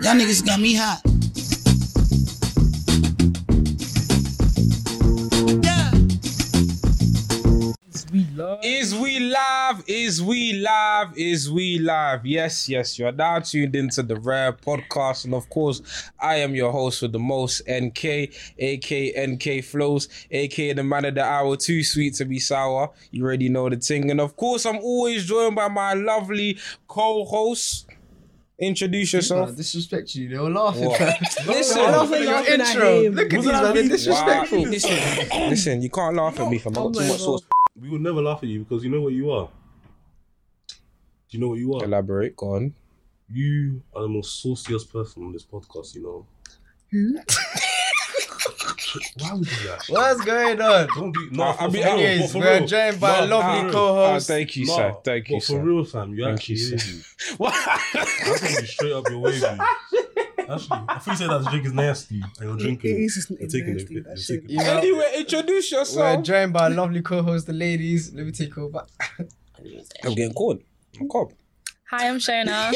Y'all niggas got me hot. Is we live? Is we live? Is we live? Yes, yes, you are now tuned into the Rare Podcast, and of course, I am your host with the most, NK, aka NK Flows, aka the man of the hour, too sweet to be sour. You already know the thing, and of course, I'm always joined by my lovely co-host. Introduce yourself. Man, disrespect you. They were laughing. What? man. Listen. They were Laughing, laughing at laughing your at intro. him. Look at these, Wasn't man. that They're me? Wow. disrespectful. Listen, listen, you can't laugh at me if I've got too my much sauce. We will never laugh at you because you know what you are. Do you know what you are? Elaborate, go on. You are the most sauciest person on this podcast, you know. Hmm? Why would you do that? What's going on? Don't do no. I- for- I'll be- for I'll- real, Anyways, for we're real. joined by a No, lovely for real. Ah, co-host. thank you, No, sir. Thank you, but sir. For real, fam, you Thank actually you, sir. is you. What? That's gonna be straight up your way, man. Actually, I feel you said that drink is nasty and you're drinking. It is you're taking nasty, the that piss. shit. You're taking You the- know, Anyway, introduce we're yourself. joined by a lovely co-host, the ladies. Let me take over. I'm getting cold. I'm cold. Hi, I'm Shona.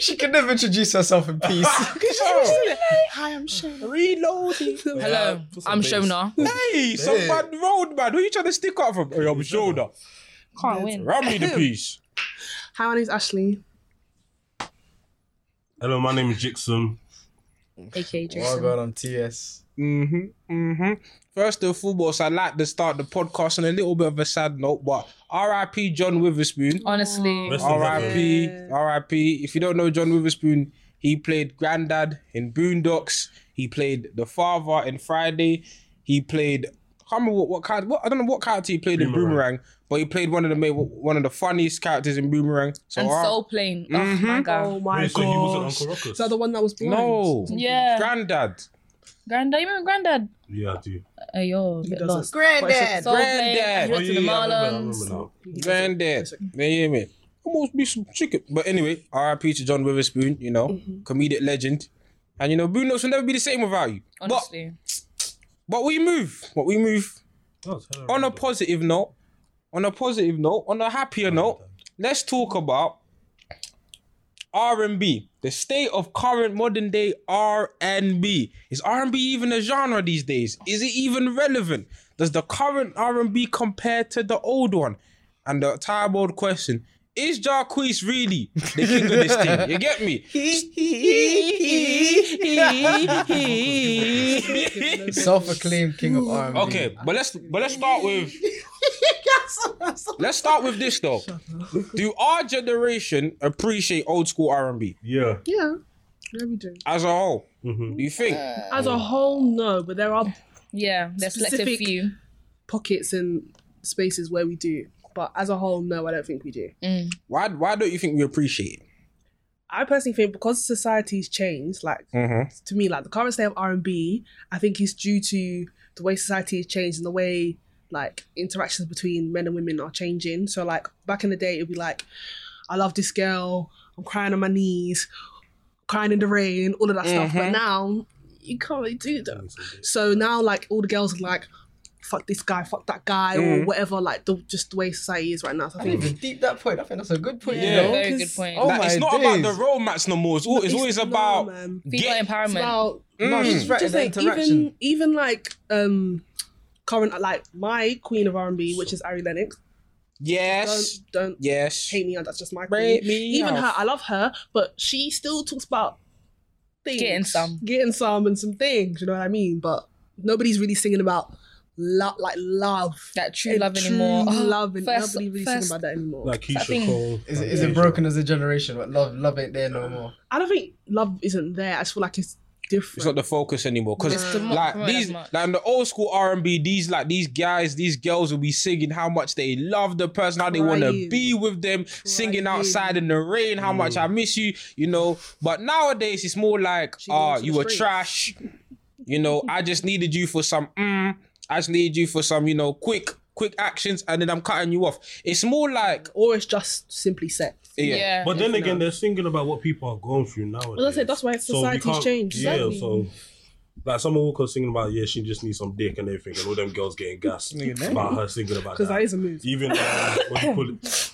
she can never introduce herself in peace. Hi, I'm Shona. Reloading. Hello, I'm Shona. Hey, some Hey. bad road, man. Who you trying to stick up from? Hey, I'm Shona. Can't win. Ram me the piece. Hi, my name's Ashley. Hello, my name is Jixon. AKA oh Jason. god, I'm TS. Mm-hmm. Mm-hmm. First and foremost, I like to start the podcast on a little bit of a sad note, but R.I.P. John Witherspoon. Honestly, Rest in peace. R.I.P. R.I.P. If you don't know John Witherspoon, he played Grandad in Boondocks. He played the father in Friday. He played. I can't remember what, what character. What, I don't know what character he played in Boomerang. Boomerang, but he played one of the ma- one of the funniest characters in Boomerang. So and R- Soul Plane. Oh my Mhm. god. Oh my Wait, so he god. wasn't Is Uncle Ruckus? that the one that was blind? no, Yeah. Grandad, Granddad, you remember Granddad? Yeah, I do. Oh, yo, He get doesn't. lost. Granddad. Soul Plane, Granddad. he went to the Oh, yeah, I remember, I remember Marlons. now. Grandad. They hear me. Almost be some chicken, but anyway, R.I.P. to John Witherspoon. You know, Mm-hmm. comedic legend, and you know, Boondocks will never be the same without you. But Honestly, but we move, but we move. That was Oh, hella on a random. positive note, on a positive note, on a happier note, let's talk about R and B. The state of current modern day R and B. Is R and B even a genre these days? Is it even relevant? Does the current R and B compare to the old one? And the time old question. Is Jarquees really the king of this thing? You get me? Self-acclaimed king of R&B. Okay, but let's but let's start with let's start with this though. Do our generation appreciate old school R and B Yeah. Yeah. Yeah, we do. as a whole? Mhm. Do you think? Uh, As a whole, no, but there are yeah, there's selective Specific- few. pockets and spaces where we do. But as a whole, no, I don't think we do. Mm. Why why don't you think we appreciate it? I personally think because society's changed, like Mm-hmm. to me, like the current state of R and B, I think is due to the way society has changed and the way like interactions between men and women are changing. So like back in the day, it'd be like, I love this girl, I'm crying on my knees, crying in the rain, all of that stuff. But Mhm. now you can't really do that. So now like all the girls are like, fuck this guy, fuck that guy, or Mm. whatever. Like the, just the way society is right now. So I I didn't think even deep that point. I think that's a good point. Yeah. you know? Very good 'cause- point. Oh it's my not days. about the romance no more. It's, al- it's always no, about man. Female get- It's empowerment. about No, Mm. she's right. just the like interaction. even even like um current like my queen of R and B, which is Ari Lennox. Yes. Don't don't Yes. hate me, and that's just my Break queen. me Even off. her, I love her, but she still talks about things, Getting some. getting some, and some things. You know what I mean? But nobody's really singing about love, like love, That true and love true anymore. Oh, Love, and first- nobody really first- singing about that anymore. Like I Keisha think- Cole. Is it, like is it Asia. broken as a generation? But love, love ain't there no more. I don't think love isn't there. I just feel like it's It's not different. the focus anymore It's because the mo- like promote these as much. like in the old school R and B these like these guys these girls will be singing how much they love the person how they want to Crying. be with them singing Crying. outside in the rain how much I miss you you know but nowadays it's more like She ah goes to you the were streets. trash you know I just needed you for some mm, I just needed you for some you know quick quick actions and then I'm cutting you off it's more like or it's just simply sex. yeah, yeah. But then again, they're thinking about what people are going through nowadays. Well, I said that's why we society's can't- changed. Yeah, Exactly. so like someone Walker singing about yeah, she just needs some dick and everything, and all them girls getting gas about her singing about Because that. that is a move. Even um, what do you call it?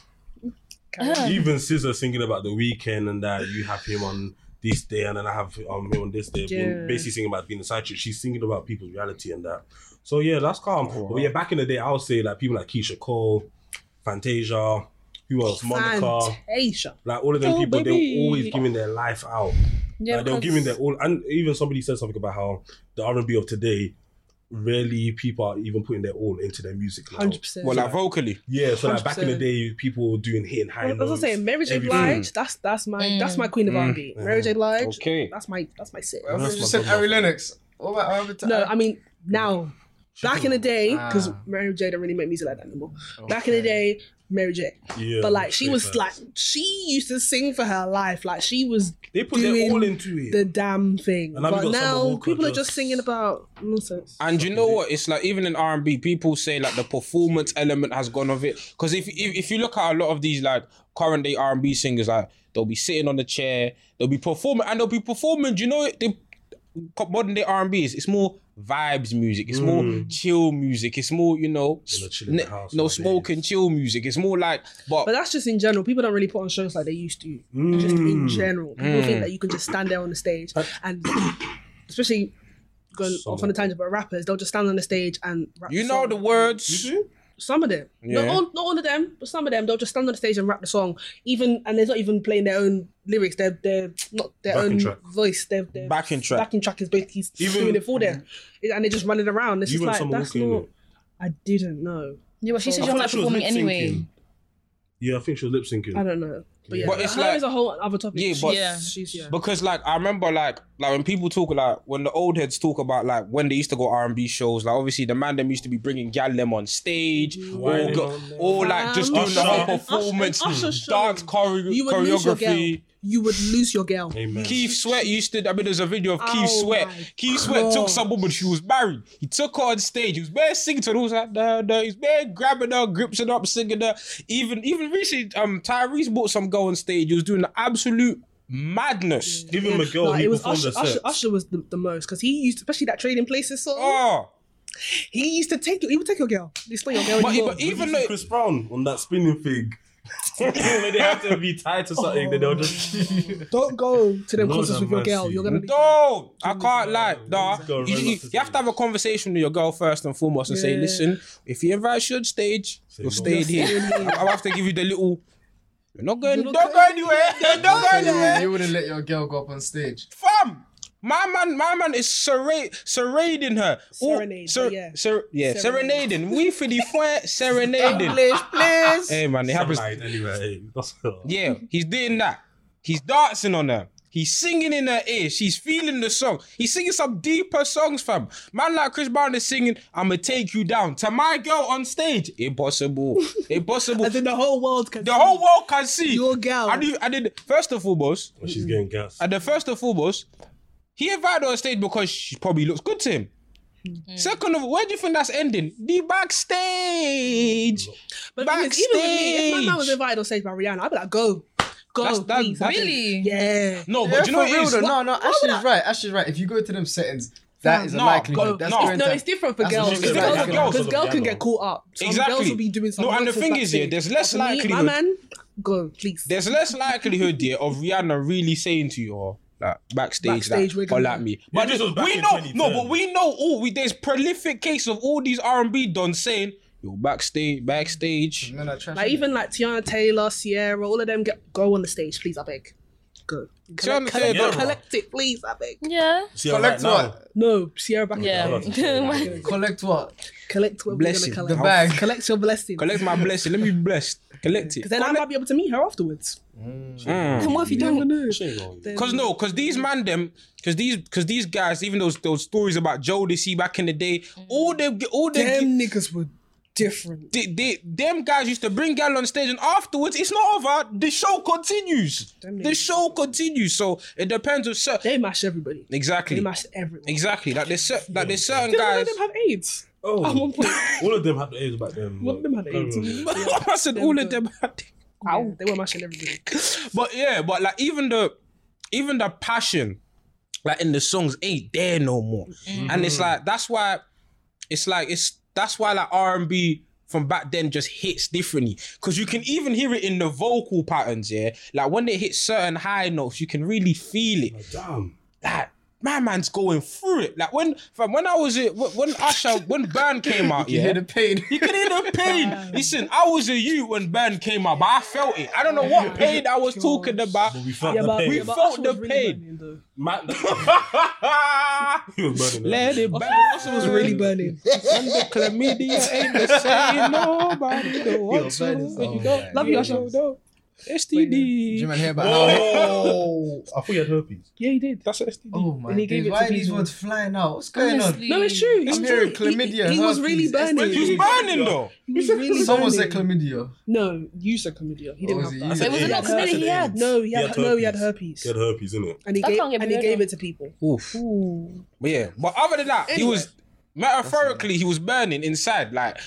Uh, Even Scissor singing about the weekend and that you have him on this day and then I have um, him on this day. being- Yeah. Basically singing about being a side chick. She's singing about people's reality and that. So yeah, that's calm. Oh, But yeah, back in the day, I would say like people like Keisha Cole, Fantasia, who else? Monica. Fantasia. Like all of them Oh, people, they baby. were always giving their life out. yeah, like they were because- giving their all. And even somebody said something about how the R and B of today, rarely people are even putting their all into their music. Now. 100%. Well, like vocally. Yeah, so like back in the 100%. day, people were doing hit and high As I was notes. saying, Mary J. everything. Blige, that's that's my that's my queen of Mm. R&B. Mary J. Blige, Okay. that's my that's my sit. Well, I That's thought you my just said problem. Ari Lennox. What about Ari Lennox? No, I mean now, She back in couldn't- the day, because Ah. Mary J. don't really make music like that anymore. Back in the day, Mary J. yeah, But like she was straight like she used to sing for her life, like she was facts. they put their doing all into it. the damn thing. And now we But got Summer now Walker people are just- just singing about nonsense. And you know what? It's like even in R and B, people say like the performance element has gone of it. Because if, if if you look at a lot of these like current day R and B singers, like they'll be sitting on the chair, they'll be performing, and they'll be performing. Do you know it? They, modern day R and B is it's more vibes music. It's more Hmm. chill music. It's more you know You know, chill in the n- house no nowadays. smoking, chill music. It's more like but, But that's just in general. People don't really put on shows like they used to. Just in Mm. general, people think that you can just stand there on the stage and, especially going off on a tangent, but rappers they'll just stand on the stage and rap you know song. the words. Some of them, Yeah. not, all, not all of them, but some of them they'll just stand on the stage and rap the song. Even and they're not even playing their own lyrics. They're they're not their Backing own track. voice. They're, they're Backing track. Mm. Backing track is basically Even- doing it for them, and they're just running around. It's You just went like Summer that's Walker, not. innit? I didn't know. Yeah, but she I said feel you're like not she was performing lip anyway. syncing. Yeah, I think she was lip syncing. I don't know. But yeah, But it's her like- is a whole other topic. Yeah, She's- but- Yeah. she's yeah. Because like I remember like like when people talk like when the old heads talk about like when they used to go R and B shows like obviously the man them used to be bringing gal them on stage or, Why go, them? or like just Mm-hmm. Um, doing the whole Usher. Usher- performance Usher show. dance chore- you would lose your girl. choreography. You would lose your girl. Amen. Keith Sweat used to. I mean, there's a video of Keith Oh Sweat. my Keith Sweat took God. some woman. She was married. He took her on stage. He was bare singing to her. He was like, nah, nah. He's bare grabbing her, gripping her up, singing her. Even even recently, um, Tyrese bought some girl on stage. He was doing the absolute madness. Give him a girl. Nah, he it was performed Usher, a set. Usher, Usher was the, the most because he used, especially that Trading Places song. Oh. He used to take you. He would take your girl. It's not your girl But- anymore. but he- Did you even see though- Chris Brown on that spinning thing. when they have to be tied to something, then they'll just. Don't go to them Lord concerts with have your girl. mercy. You're gonna. be- No, I can't lie. Nah, Go you, right you- up to you have to have a conversation with your girl first and foremost, and say, Yeah. "Listen, if he invites you on stage, Say you'll no. stay You're here. staying here. I- I'll have to give you the little. You're not going. You're not don't go going anywhere. Don't go You, anywhere, you wouldn't let your girl go up on stage. fam." My man, my man is serra- serenading her. All- Serenade, but yeah. ser- yeah, Serenade. serenading. We for the fun, serenading. please. Hey man, it happens. Sunlight anyway. hey, That's Yeah, he's doing that. He's dancing on her. He's singing in her ear. She's feeling the song. He's singing some deeper songs, fam. Man like Chris Brown is singing, I'ma take you down to my girl on stage. Impossible. Impossible. And then the whole world can. the whole world can see. Your girl. I did, I did first and foremost, When she's getting gas. and the first and foremost, he invited her on stage because she probably looks good to him. Mm. Second of all, where do you think that's ending? The backstage. But the thing is, even with me, if my man was Backstage. invited on stage by Rihanna, I'd be like, go, go, That's- that- please. that- Really? yeah. No, Yeah, but you know for what it real is? though. No, no, Ashley's right. Ashley's right. If you go to them settings, that is a No, but- likelihood. That's no. going No, to- it's different for That's girls. just Because different girls, for girls, girls. girls can Yeah, get caught up. Some Exactly. girls will be doing some No, and the nonsense thing like is, yeah, this. there's less But for me, My likelihood- man, go, please. there's less likelihood there of Rihanna really saying to you, oh, like backstage, Backstage, we're like, or gonna- like me. But this was back we in know, 2010. no, but we know all. We, there's prolific case of all these R and B dons saying, yo, backstage, backstage. No, no, trash Like it. even like Tiana Taylor, Sierra, all of them get, go on the stage, please. I beg. Go. Tiana Collect, collect, Taylor. collect it, please. I beg. Yeah. See her collect right now. what? No, Sierra back. Yeah. Yeah. Why- Collect what? Collect what Blessing. we're gonna The collect. bag. Collect your blessing. Collect my blessing. Let me be blessed. Collect it. Because then I might be able to meet her afterwards. Mm. And what if you don't know? She ain't going. Cause no, cause these man them, cause these, cause these guys, even those those stories about Joe they see back in the day, all they all they Them niggas were different. they, they, them guys used to bring gal on stage, and afterwards, it's not over. The show continues. Damn The it. show continues. So it depends on certain. They mash everybody. Exactly. They mash everyone. Exactly. Like there's cer- like there's certain Didn't one guys. of them have AIDS? At Oh, one point. all of them had the AIDS back then. One of them had but- AIDS. I said all of them. had- Ow. They were mashing everybody. but yeah, but like even the even the passion, like in the songs, ain't Mm-hmm. there no more. And it's like that's why, it's like it's that's why like R and B from back then just hits differently. Because you can even hear it in the vocal patterns, yeah? Like when they hit certain high notes, you can really feel it Damn. like my man's going through it. Like when from when I was a- when when Usher when Burn came out, You yeah. hear the pain. You can hear the pain. Listen, I was a you when Burn came out, but I felt it. I don't know what pain I was talking about. But we felt Yeah, the but, pain. yeah, We but felt Usher the was really pain. burning though. Man, he was burning it. Let it burn. Usher was really burning. When the chlamydia ain't the same, nobody don't want to. Burn is- But you oh don't my love your goodness. show, though. Did you STD. man hear about Oh, I thought you had herpes. Yeah, he did. That's STD. Oh my And he gave days. it to Why are these people. words flying out? What's going on? Honestly. No, it's true. It's It's true. true. He, Chlamydia, he, he was really herpes, burning. He was burning though. He was really Someone said burning. chlamydia. Oh, No, you said chlamydia. He Or didn't was have it that. you? So it was Yeah. not committed. He had No, he He had, had no, he had herpes, herpes. He had herpes, innit? and he That gave can't get and he better. gave it to people. Oof. Ooh. But yeah, but other than that, he Anyway. was metaphorically he was burning inside. Like,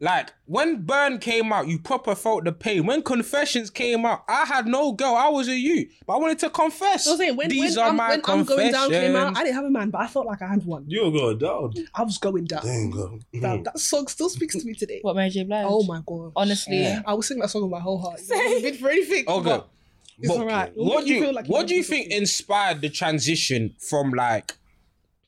like when Burn came out, you proper felt the pain. When Confessions came out, I had no girl. I was a you, but I wanted to confess. I was saying when, These when, are I'm, my when I'm going down came out, confessions. I didn't have a man, but I felt like I had one. You were going down. I was going down. Dang, girl. Fam, that song still speaks to me today. What, Mary J. Blige? Oh my god. Honestly. I would sing that song with my whole heart. Same. Bid for anything. Okay. but It's But alright. What do you, feel like what do you have to think do. inspired the transition from like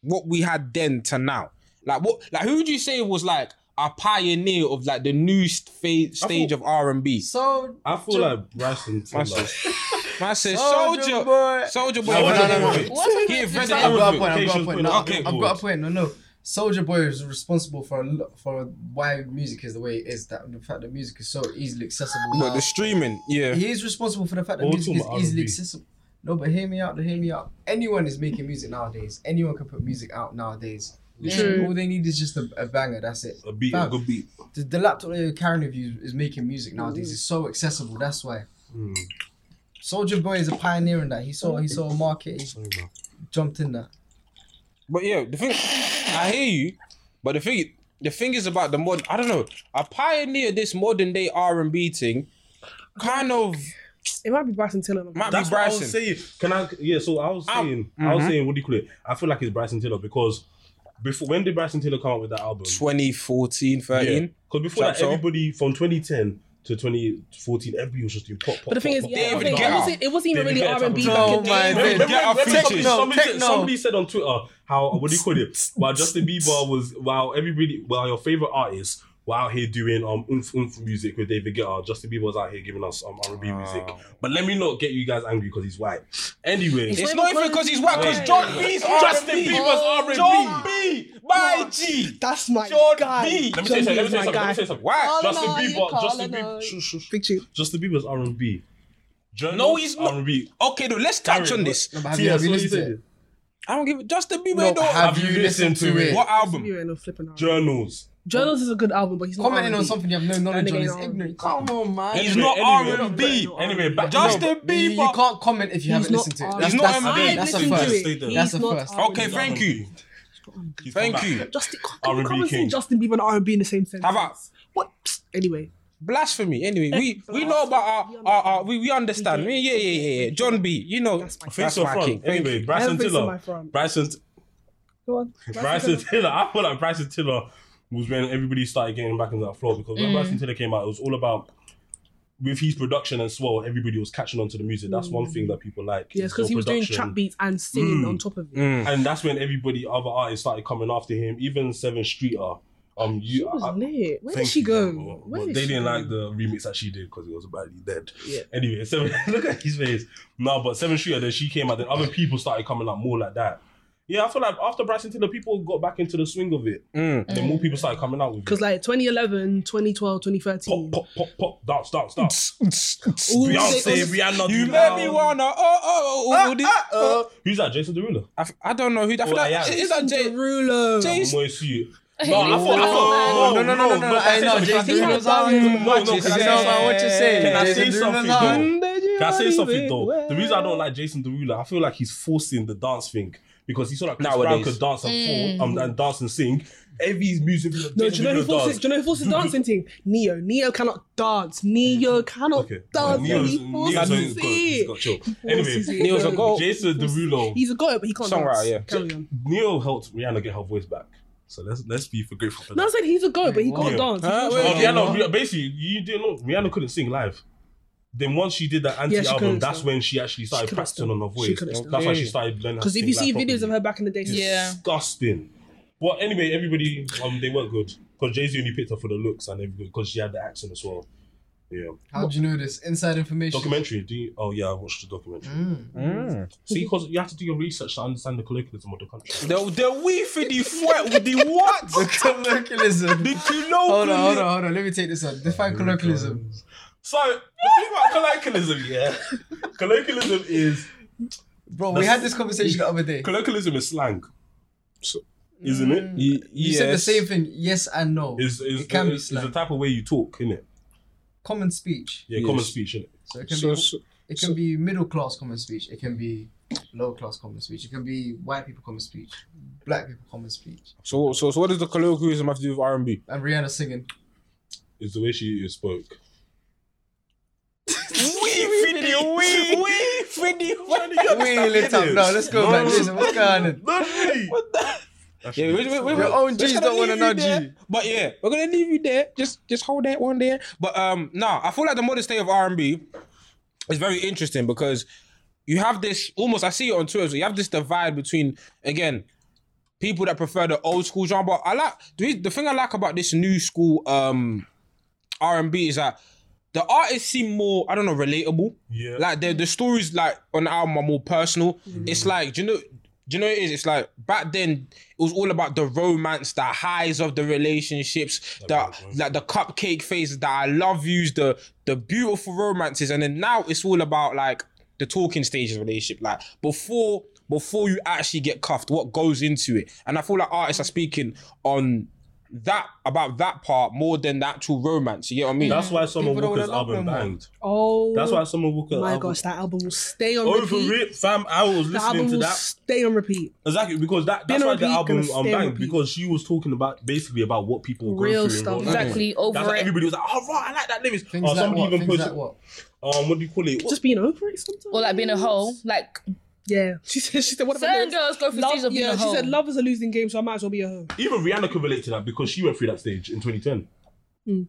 what we had then to now? Like what like who would you say was like a pioneer of like the new st- fa- stage of R and B? So I feel like Bryson Tiller. Man said Soldier soldier Boy. soldier boy. No, no, invented no, no. it. What is He it? invented Like- I've got a it. point. I've got a Patience point. point. No, Okay, I've cool. got a point. No, no. Soldier Boy is responsible for a lot for why music is the way it is. That the fact that music is so easily accessible. But now. the streaming, yeah. He is responsible for the fact that Or music to is my easily R&B. accessible. No, but hear me out. Hear me out. Anyone is making music nowadays. Anyone can put music out nowadays. Literally, True. all they need is just a, a banger. That's it. A beat, a Fam, good beat. the, the laptop that you're carrying with you is making music nowadays. It's so accessible. That's why. Hmm. Mm. Soldier Boy is a pioneer in that. He saw he saw a market. He Sorry, man. jumped in that. But yeah, the thing I hear you, but the thing the thing is about the modern I don't know. I pioneered this modern day R and B thing. Kind of It might be Bryson Tiller. and I'm might That's be what I Bryson. was saying. Can I? Yeah. So I was saying. I was saying. What do you call it? I feel like it's Bryson Tiller because before when did Bryson Tiller come out with that album? 2014, Yeah. 13. Because before that, So- everybody from 2010 to 2014, everybody was just doing pop. pop But the thing pop, is, pop, yeah, pop, David the thing, it pop. Guetta. wasn't, it wasn't even David really Guetta R and B type back of in the Oh my day. days. Remember- Get our remember features. somebody, somebody, said, Techno. somebody said on Twitter how what do you call it? While Justin Bieber was while everybody while your favorite artists were out here doing um oomph, oomph music with David Guetta, Justin Bieber was out here giving us um R and B Oh. music. But let me not get you guys angry because he's white. Anyway, It's not even because he's white, because John B's R&B. Justin Bieber's R&B. John B, my G. That's my John guy. B. let me tell John B you something. Let me is tell my you something. Let me guy. tell you something. Why? Justin no, you Bieber, Justin calling Bieber, us. Shh, shh, shh. Big tune. Justin Bieber's R and B. No, he's not. R and B. Okay, though, let's touch on this. No, but have you, Yeah, have so you you listened said to it. it? I don't give a Justin Bieber No, don't. have you listened to it? what album? You ain't no flipping out. Journals. Journals is a good album, but he's not Commenting on R&B. something you have no knowledge nigga on ain't is on. ignorant. Come on, man. He's Anyway, not anyway. R&B. Anyway, back Justin You, you Bieber. can't comment if you haven't not listened to R&B. it. That's, He's that's, not I mean, R&B. I that's a listened to first. it. That's He's a not first. R&B. Okay, thank you. He's come Thank back. you. Justin, come, come, R&B come and see king. Justin Bieber and R and B in the same sentence. Have I- What? Psst. Anyway, Blasphemy. Anyway, we we know about our, our, our we, we understand. Yeah, yeah, yeah, yeah. John B, you know, that's my, Face or front. king. Thank Anyway, you. Bryson Every single my Tiller. front. Bryson go on. Bryson Bryson Tiller. Tiller. I feel like Bryson Tiller was when everybody started getting back into that flow because when Bryson Tiller came out, it was all about with his production and swell, everybody was catching on to the music. That's one thing that people like. Yes, because his he was doing production. trap beats and singing on top of it. Mm, And that's when everybody, other artists started coming after him, even Seven Streeter. Um, you, She was I- lit. Where did Thank she you, go? man. Well, Where well, did they she didn't go? like the remix that she did because it was badly dead. Yeah. Anyway, seven, look at his face. No, but Seven Shooter, then she came out, then other people started coming out more like that. Yeah, I feel like after Bryson Tiller, people got back into the swing of it. Mm. And then more people started coming out with it. Because like 2011, 2012, 2013. Pop, pop, pop, pop, dance, dance, dance. All these- Beyonce, all- Rihanna, You do let now. me wanna oh oh oh. oh, this- Uh, who's that? Jason Derulo. I, f- I don't know who that. I feel Well, I like- am. is that Jay? Derulo. Jay- I'm always see you. No, I thought, I Oh, thought, no, no, no, no, no, no. I know. Can I Jason say Derulo's something? out. No, no, Watch can I it. say No, something? man, what you say? Can I Jason say Derulo's something out. though? Can Can I say something though? The reason I don't like Jason Derulo, I feel like he's forcing the dance thing because he saw like Chris Brown Nowadays. Mm. could dance and fall um, and dance and sing. Every music video, No, do Jason you know who Derulo forces? does. Do you know who forces dancing thing? Neo. Neo cannot dance. Neo cannot Okay, dance. Neil's- he Neil's- forces he's got- he's it. got chill. forces Anyway, it. Neil's a goat. Jason Derulo, He's a goat, but he can't Songwriter, dance. yeah. Carry on. Neil helped Rihanna get her voice back. So let's let's be for grateful for that. No, I said he's a goat, but he Wait, can't what? dance. He Huh? can't Wait, Oh, dance. yeah, Rihanna, Rihanna- basically, you didn't know Rihanna couldn't sing live. Then once she did that anti she album, couldn't that's sing. when she actually started couldn't practicing sing. on her She voice. couldn't sing. That's why she started learning. Because if you see videos of her back in the day, she's Yeah. disgusting. But anyway, everybody um they weren't good because Jay Z only picked her for the looks and everything because she had the accent as well. Yeah, How do you know this? Inside information. documentary. Do you, oh yeah, I watched the documentary. Mm. See, because you have to do your research to understand the colloquialism of the country. The the we for the fwe- the what? The colloquialism. Did you know? hold on, hold on, hold on. Let me take this one. Oh Define colloquialism. So the thing about colloquialism, yeah, colloquialism is Bro, we had this conversation the other day. colloquialism is slang, so, isn't it? You You said the same thing, yes and no. Is is Mm. it can be is, is the slang. type of way you talk, isn't it? common speech. Yeah, Yes. common speech, innit? So it can So, be so- it can be middle class common speech. It can be lower class common speech. It can be white people common speech. Black people common speech. so, so, so what does the colloquialism have to do with R and B? And Rihanna singing. It's the way she spoke. We for the we we for the We lit up. No, let's go back. Listen, what's going on? What Yeah, wait, wait, wait, Your wait. own We're G's gonna don't wanna leave you know there. G. But yeah, we're gonna leave you there. Just just hold that one there. But um no, I feel like the modern state of R and B is very interesting because you have this almost I see it on Twitter, so you have this divide between again people that prefer the old school genre. But I like the, reas- the thing I like about this new school um R and B is that the artists seem more, I don't know, relatable. Yeah. Like the the stories like on the album are more personal. It's like, do you know do you know what it is? It's like back then it was all about the romance, the highs of the relationships, makes the sense. like the cupcake phases, the I love yous, the the beautiful romances, and then now it's all about like the talking stage of relationship. Like before before you actually get cuffed, what goes into it. And I feel like artists are speaking on that about that part more than the actual romance. You get what I mean? That's why Summer People don't Walker's wanna love album no more. banged. Oh That's why Summer Walker's my album. gosh, that album will stay on Over repeat. it, fam. I was The listening album to will that stay on repeat. exactly because that, Been that's on why the repeat, album gonna um, stay on banged repeat. because she was talking about basically about what people go Real through. and stuff. what- Exactly. That's Over why it. everybody was like, "Oh right, I like that lyrics." Things Oh, like somebody what? even Things posted, like what? um, what do you call it? What- Just being over it sometimes. Or like being a hoe. Like Yeah. She said she said what about certain this? girls go through Love- stages of being yeah, a she hoe. said love is a losing game, so I might as well be a hoe. Even Rihanna could relate to that because she went through that stage in 2010.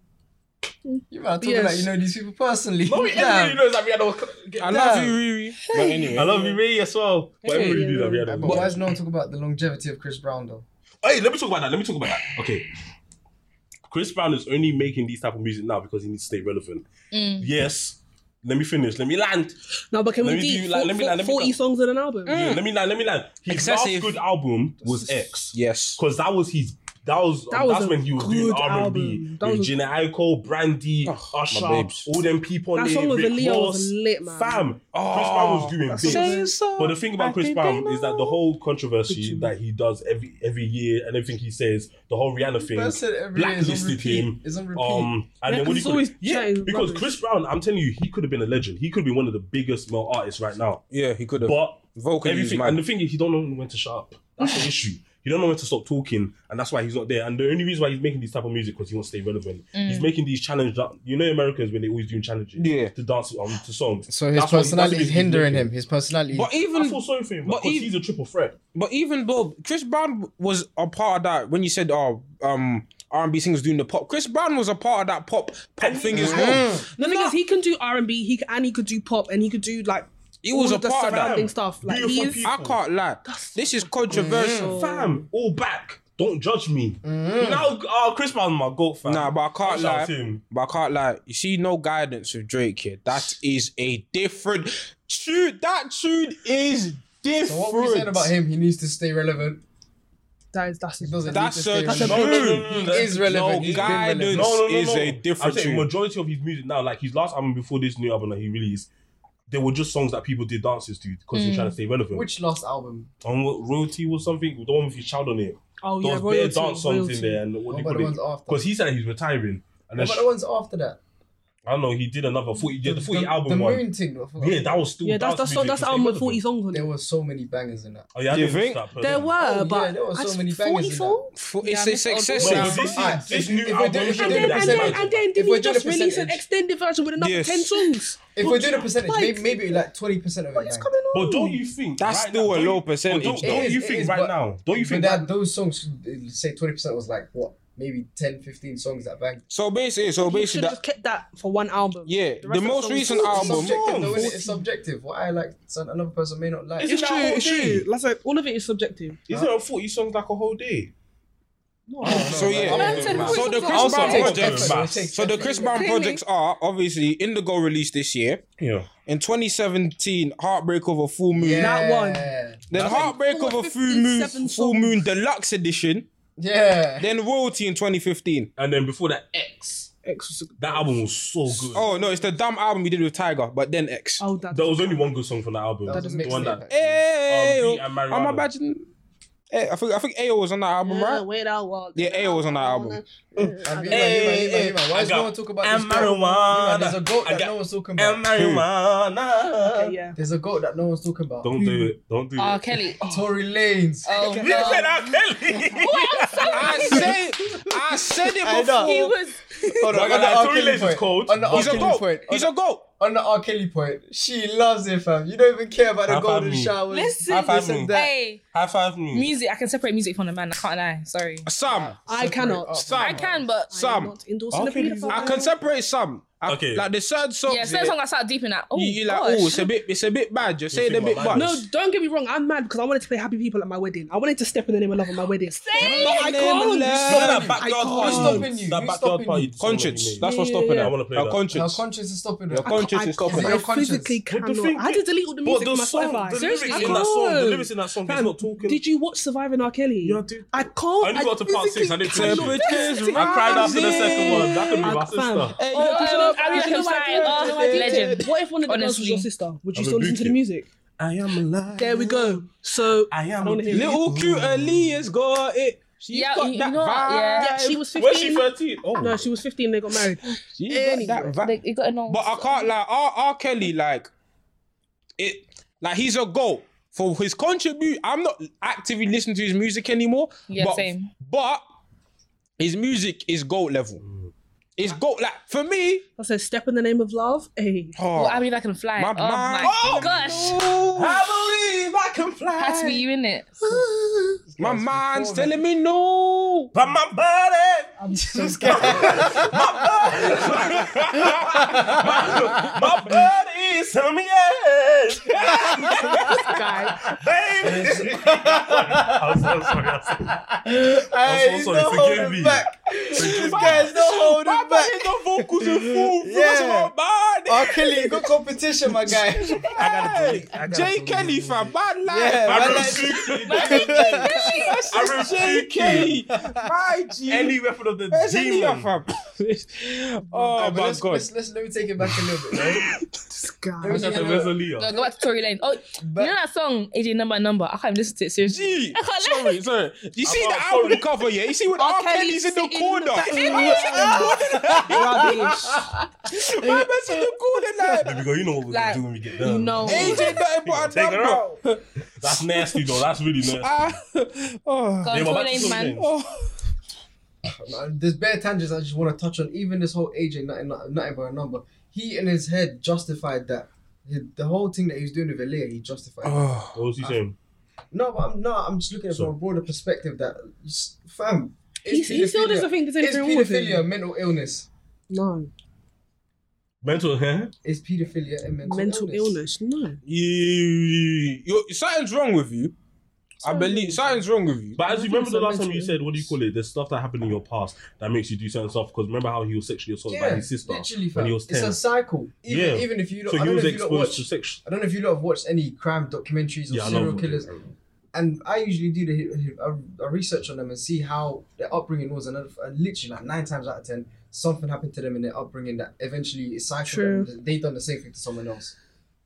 You might talk Yes. about you know these people personally. No, everybody knows that Rihanna was. I love Yeah. you, Riri. But anyway. I love you, Ray, as well. But Hey. everybody knew that Rihanna. But was- why does no one talk about the longevity of Chris Brown though? Hey, let me talk about that. Let me talk about that. Okay. Chris Brown is only making these type of music now because he needs to stay relevant. Mm. Yes. Let me finish. Let me land. No, but can Let we me do deep you, like, Four- let me- four- like, let me 40 go. songs in an album? Mm, Yeah, let me land. Let me land. His Excessive. last good album was X. Yes. Because that was his. That was, That um, was that's a when he was doing good R and B. album. That was a- Gina Iko, Brandy, Oh, Usher, my babes. all them people. That there, song with Rick Aaliyah was Ross. lit, man. Fam, Chris Oh, Brown was doing that big. song was But the thing about Chris Brown is that the whole controversy Bitchin'. that he does every every year and everything he says, the whole Rihanna thing, Bruh said every day is on blacklisted repeat. him. It's on repeat. Um, and Yeah, then 'cause what do it's you call always it? Yeah, chatting because rubbish. Chris Brown, I'm telling you, he could have been a legend. He could have been one of the biggest male artists right now. Yeah, he could have. But Vocally, he's everything, mad. and the thing is, he don't know when to shut up. That's the issue. He don't know when to stop talking, and that's why he's not there. And the only reason why he's making these type of music because he wants to stay relevant. He's making these challenges. You know, Americans when they always doing challenges, Yeah. to dance um, to songs. So his That's what he- that's personality what is he's hindering making. him. His personality. But I even feel sorry for him But because he- he's a triple threat. but even Bob, Chris Brown was a part of that when you said oh um R and B singers doing the pop. Chris Brown was a part of that pop pop thing as well. The thing is, he can do R and B, he can, and he could do pop, and he could do like He was all a the part of surrounding that. stuff. Like Beautiful he is, people. I can't lie. This is controversial. Fam, all back. Don't judge me. Now, oh, Chris Brown's my goat, fam. Nah, but I can't Shout out lie. to him. But I can't lie. You see, no guidance with Drake here. That is a different tune. That tune is different. so what we said about him, he needs to stay relevant. that is that's He doesn't That's need to stay a- relevant. that's a big- He is relevant. No He's been guidance. relevant. No, no, no, is no. a different I'm saying tune. majority of his music now, like his last album before this new album that he released, they were just songs that people did dances to because he was trying to stay relevant. Which last album? on what, royalty or something, the one with his child on it. Oh Those yeah, bare royalty, dance songs in royalty. there, and what, What do you about the call it? ones after? Because he said he's retiring, and What then about the ones after that? I don't know. He did another forty. Yeah, the forty the, album the one. moon thing. I forgot. Yeah, that was still. Yeah, that's that was that's that's, music that's was album with irrelevant. forty songs on There it. were so many bangers in that. Oh yeah, I Do you didn't think? stop, but- There were, yeah, but there were so that's many forty bangers in songs. For, Yeah, it's I a miss all those success Wait, Nah, but now. this, alright, this if- new if we're album. doing- if should And be we're then, that and then, same. and then, did If we're he doing just a release an percentage- extended version with another Yes. ten songs? If we're doing a percentage, Like- maybe, maybe like twenty percent of it. What is bangers. coming on? But don't you think That's right still now- a don't you- low percentage, but Don't, though. don't Oh. It you is, it think is, right but- now? Don't you But think that right- those songs, uh, say twenty percent was like what, maybe 10, 15 songs that banged. So basically, so You should basically, have that, just kept that for one album. yeah, The the, rest of most songs- recent It's It's album. subjective, though, Songs. innit? It's subjective. What I like, some, another person may not like. It's, Isn't true. that all It's day? true. That's like all of it is subjective. Isn't it forty songs like a whole day? So yeah, I'm saying, who so is the the Chris song? Brown Also, projects. Mass. So the Chris Brown Clearly. projects are obviously Indigo released this year. Yeah. In 2017, Heartbreak of a Full Moon. yeah. That one. Then Heartbreak of a Full Moon, 57 Full Moon Deluxe Edition. Yeah. Then Royalty in 2015. And then before that, X. X was a- That album was so good. Oh no, it's the damn album he did with Tiger, but then X. Oh, that. There was only one good song from that album. That was a the one mixtape, that. Hey, oh, Um, Beat and Marijuana. I'm imagining. Hey, I think I think Ayo was on that album, Yeah, right? Uh, wait out while- Yeah, Ayo was on that album. Hey, Hey, hey, hey, hey, man, Why I is got- no one talking about and this goat? marijuana. Yeah, There's a goat I that got- no one's talking And about. marijuana. Okay, yeah. There's a goat that no one's talking about. Don't do it. Don't do R. it. Kelly. Tory Lanez. Oh, You said no. R. Kelly. I said, I said I it know. before. He on, Like, on the like, R. Tory Kelly Lanez is cold. point. On the R. He's a Kelly goat. point. He's on, a goat. on the R. Kelly point. She loves it, fam. You don't even care about the Half golden family. showers. Listen. Half this family. and that. Hey, High five me. music. I can separate music from the man. I can't lie. Sorry. Sam, I cannot. Separate I can, but Sam. I'm not endorsing the Okay, paedophile. I can separate some. I- Okay. Like the certain songs. yeah, yeah, certain songs I start deep in that. Oh, you, you like, gosh. oh, it's a bit, it's a bit bad. You're saying a think bit my much. man No, don't get me wrong. I'm mad because I wanted to play Happy People at my wedding. I wanted to step in the name of love at my wedding. Same. But I can't. That I backyard can't. party. stopping you? Who's That backyard stopping party you? song that Conscience. you That's what's Yeah, stopping yeah, it. yeah. I wanna play Our that. Our conscience. conscience is stopping Your her. con- Conscience I- is stopping I it. physically But the cannot. thing- I had to delete all the made. music But the from my song, Spotify. the lyrics Seriously, I in that song, the can't. lyrics in that song, he's Fam, not talking. Did you watch Surviving R. Kelly? Yeah, I did. I can't. I only got to part six, physically I didn't finish cannot. it. Temperatures I cried after the second one. That could be I- my fam. sister. Hey, Oh, look, I you know, love- I you love know him what fine. did? Oh, You know what I did? legend. What if one of the girls was Honestly. your sister? Would you I'm still listen to the rebuking. music? I am alive. There we go. So I don't am wanna hear a it. Little cute Aaliyah's got it. She's Yeah, got you- you that know what? Yeah. vibe. yeah, she was Where's she fifteen. 13? Oh. No, she was fifteen. They got married. She's got that vibe. Like, you got to know. But I can't like R. R. Kelly like it like he's a goat for his contribute. I'm not actively listening to his music anymore. Yeah, but, same. But his music is goat level. It's goat like for me. I said, "Step in the name of love." Hey, Oh, Well, I mean, I can fly. my oh my mind- gosh. no. I believe I can fly. Has to be you in it. My Yes, mind's before, telling me no. But my body. I'm so scared. My body is telling me yes. guy. Baby. I'm so sorry. I'm so sorry. Hey, I'm he's so sorry. not Forgive holding me. back. This guy's not My holding back. body got vocals in full. Yeah. That's my body. R. Kelly, good competition, my guy. I gotta do it. I gotta J. do it. Kelly fam, bad life. Yeah, I bad refuse. I That's J. refuse. Kelly. My G. Any weapon of the That's a Leah, demon. fam. oh Alright, but my let's, god. Let's, let's, let me take it back a little bit. right? This guy. Let me That's take a it back. No, Leah. go back to Tory Lane. Oh, But- you know that song, AJ Number Number? I can't even listen to it, seriously. Gee, I can't sorry, sorry. You see I'm the sorry. album cover, yeah? You see when R. R. Kelly's Kelly's in the sitting in corner. the back. He's in the Rubbish. corner. My man's in the corner, like. There we go. You know what we're gonna Like, do when we get done. You know. AJ nothing but a Take her number. out. That's nasty though. That's really nasty. Ah, oh, God, Yeah, but Tory back to Tory Lanez, man. Lanez. oh. Uh, there's bare tangents I just want to touch on. Even this whole AJ nothing, nothing, nothing but a number. He in his head justified that. He- the whole thing that he was doing with Aaliyah, he justified. it. Oh. What was he Ah. saying? no, but I'm not. I'm just looking at it from a broader perspective. That s- fam, He's- he still doesn't think there's anything wrong with him. Is pedophilia a mental illness? No, Mental, huh? Is pedophilia a mental, mental illness. No. You, you, something's wrong with you. I believe something's wrong with you. But as you think remember it's the a last time you mental said, what do you call it? There's stuff that happened in your past that makes you do certain stuff. Because remember how he was sexually assaulted by Yeah, his sister literally, fam. when he was It's ten. a cycle. Even, Yeah. even if you don't, so I he don't was know if you don't exposed to watch. sex. I don't know if you lot have watched any crime documentaries or Yeah, I serial love killers. And I usually do the I, I research on them and see how their upbringing was, and, I- and literally like nine times out of ten, something happened to them in their upbringing that eventually it's cycled. True. and They done the same thing to someone else.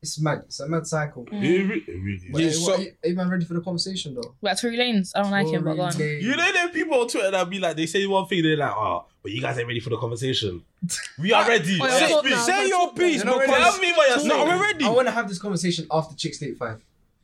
It's mad. It's a mad cycle. Mm. It re- it really is. But, You hey, what- suck. are, you, are you man ready for the conversation though? But Tory Lanes, I don't like him, but go on. You know them people on Twitter that be like, they say one thing, they're like, oh, but you guys ain't ready for the conversation. We are ready. oh, yeah, Say- talk speak. now. Say- Say your piece You're not ready. Tell because me what you're no, saying. we're ready. I want to have this conversation after Chick State Five.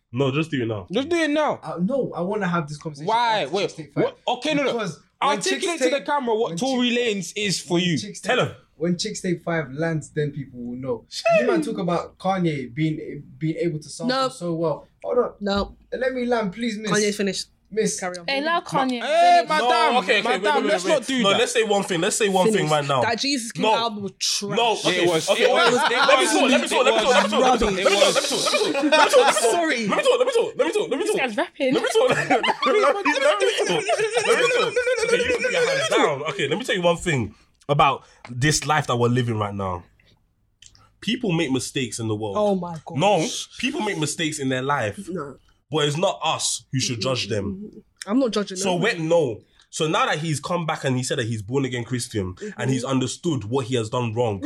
No, just do it now. Let's do it now. Uh, no, I want to have this conversation. Why? after Wait. Chicks Take Five. What? Okay, no, no. Because when Articulate Chicks to the Take- camera what when Tory Lanes is for when you. Chicks Tell Take- him. When Chick State Five lands, then people will know. You man talk about Kanye being being able to sample No. so well. Hold on, No, let me land, please, miss. Kanye's finished. miss. Carry on. Hey, now Kanye. Hey, Finish. madam. no, okay, okay, madam, wait, wait, wait, let's wait. not do no, that. let's say one thing. Let's say one thing Finished. right now. That Jesus King No. album was trash. No, okay, It was- okay, it okay, was- let me it was- talk, let me talk, let me talk, let me talk, let me talk, let it me talk, was- let me talk, let me talk, let me talk, let me talk, let me talk. Sorry. Let me talk, let me talk, let me talk, let me This talk. guy's rapping. Let me talk. Let me let me- let me talk. Let me talk. Okay, you put your hands down. Okay, let me tell you one thing about this life that we're living right now. People make mistakes in the world. Oh my god. No, people make mistakes in their life, No. but it's not us who should judge them. I'm not judging. So them. when no, so now that he's come back and he said that he's born again Christian and Mm-hmm. he's understood what he has done wrong,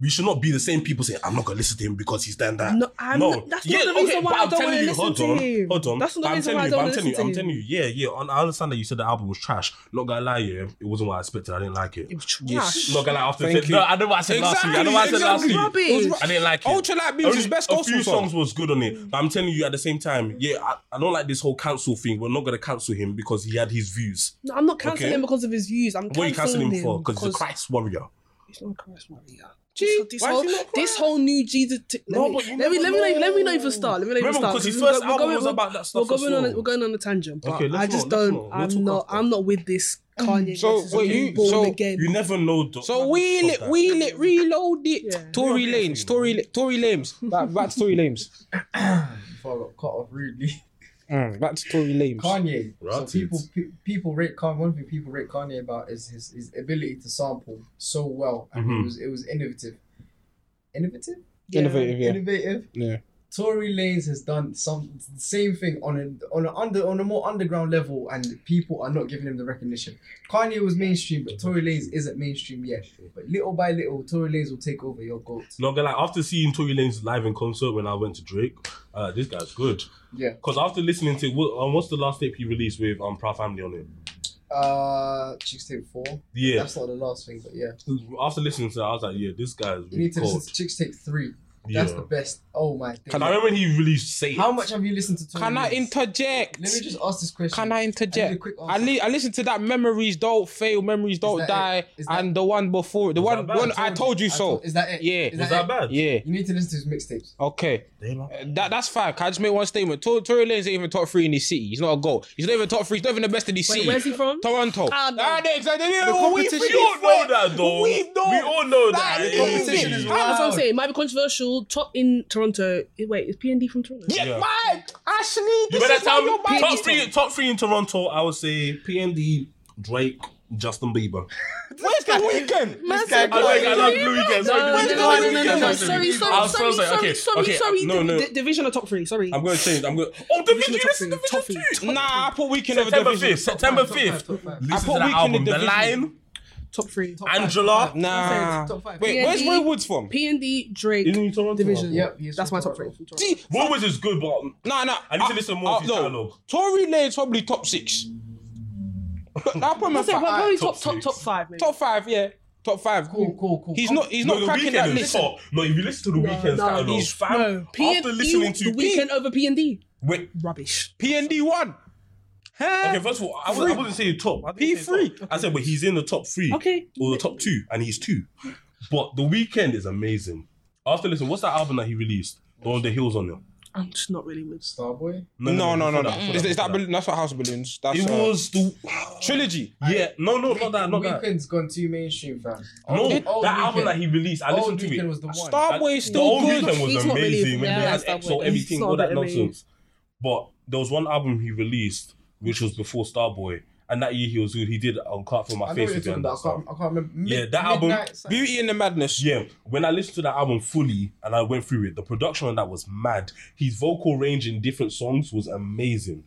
we should not be the same people saying, "I'm not gonna listen to him because he's done that." No, I'm not- that's not the reason why but I I'm don't telling wanna you, listen hold to on, him. Hold on, That's not the But I'm reason telling why I you, don't but I'm wanna telling you, listen I'm to telling you, yeah, yeah. and I understand that you said the album was trash. Not gonna lie, yeah, it wasn't what I expected. I didn't like it. it was trash. Yes. Not gonna lie, after Thank the, you. no, I know what I said last week. I know what I said Exactly, last week. exactly. It was I didn't like it. Ultra Light Beams is Only best a gospel few song. songs was good on it, but I'm telling you at the same time, yeah, I, I don't like this whole cancel thing. We're not gonna cancel him because he had his views. No, I'm not cancelling Okay. him because of his views. I'm What are you cancelling canceling him him for? Because he's a Christ warrior. he's not a Christ warrior. Gee, this, why is whole, he not this Christ? whole new Jesus. T- let, No, me, but you let, me, let, never me, let, me, let me not know. even start. Let me not even Remember, start. because his we're first go- album we're was we're- about that We're stuff as going, on well. a, we're going on a tangent, but Okay, let's I just not, let's don't. not. We'll I'm talk not. after. I'm not with this Kanye. Mm. So, versus wait, being you- born so- again. You never know. Doc. So Man, wheel stop it, that. wheel it, reload it. Yeah. Tory Lanes, Tory, La- Tory Lames. Back, back to Tory Lames. Before I got cut off rudely. Mm, back to Tory Lames. Kanye. So Ratted. people pe- people rate Kanye. One thing people rate Kanye about is his, his ability to sample so well, and Mm-hmm. Mhm. it was it was innovative. Innovative. Yeah. Innovative, yeah. Innovative. Yeah. Tory Lanez has done some the same thing on a on a under on a more underground level, and people are not giving him the recognition. Kanye was mainstream, but Tory Lanez isn't mainstream yet. But little by little, Tory Lanez will take over your goat. Not gonna lie, after seeing Tory Lanez live in concert when I went to Drake, uh, this guy's good. Yeah. Because after listening to what, um, what's the last tape he released with um Proud Family on it? Uh, Chicks Tape Four. Yeah. That's not the last thing, but yeah. After listening to that, I was like, yeah, this guy is You really need to listen cold. to Chicks Tape Three. Yeah. That's the best. Oh my I god. remember when he released Say It. How much have you listened to Tory Can I Lanez? interject? Let me just ask this question. Can I I need a interject? quick I, answer. li- I listened to that Memories Don't Fail, Memories Don't that it? Die, Is that- and the one before, the Is one, that bad? one I told you so. told- Is that it? Yeah. Is Was that it? bad? yeah. You need to listen to his mixtapes. Okay, They like- Uh, that that's fine. Can I just make one statement? Tor- Tory Lanez ain't even top three in his city. He's not a goal. He's not even top three. He's not even the best in his Wait, city. where's he from? Toronto. Ah, no. they exactly. The we, competition- We all know that, though. We don't. We all know that. That is- It competition is is. wild. That's what I'm saying. It might be controversial. Top in Toronto. Wait, is PND from Toronto? yeah, Yeah. Mike, Ashley, You this better is why tell you're me. biting. Top three, top three in Toronto. I would say PND, Drake, Justin Bieber. Where's the weekend? I like, I like Blue Weekend. No, no, no, Wait, no, no, no, no, wait, sorry, sorry, wait, I sorry, was sorry, first like, sorry, okay, sorry, okay, sorry. no, no. Di- di- Division of top three. Sorry. I'm going to change. I'm going. Oh, the Division video. of top Listen to three, top video three. two. Nah, I put weekend over September division. fifth. September Top five, top fifth. five, top five. I Listen put to that Weeknd in album. The division. Line, top three. Top five, Angela. top five. Nah. Top five. Wait, Yeah, where's the- Roy Woods from? PND, Drake, Isn't he Toronto? Division. Yep, he is that's from my top three. Toronto. from Toronto. See, Woolworths is good, but Nah, nah. I need to listen more of his dialogue. Tory Lane's probably top six. But I'll put him I at said, fi- probably top top, top, six. top five, maybe. top five. Yeah, top five. Cool, cool, cool. He's not. He's no, not the cracking that weekend is list. top. No, if you listen to the weekend's no, catalog, he's fam, No, P- after listening the to weekend over P and D, wait, rubbish. P and D one. Huh? okay, first of all, I, Three. would, I wouldn't say top. I didn't say P3. top. I said, but he's in the top three, Okay. or the top two, and he's two. But the weekend is amazing. After listen, what's that album that he released? The one with the hills on it. I'm just not really with. Starboy. No, no, no, no. before Is, is before that balloon? That's not House of Balloons. That's It uh, was the trilogy. yeah. No, no, not that, not that. Weekend's gone too mainstream, fam. No, Old- that Old album Weeknd- that he released, I Old listened to Weeknd it. Oh, was the one. Starboy is The still whole good. weekend was he's not really amazing. even- when he Yeah, had Starboy. EXO, He's everything, not all that really- nonsense. But there was one album he released, which was before Starboy, and that year he was good. He did Uncut for I My know what Face you're talking again. about. I can't, I can't remember. Mid- Yeah, that album- Midnight Sun- Beauty and the Madness. Yeah, when I listened to that album fully and I went through it, the production on that was mad. His vocal range in different songs was amazing.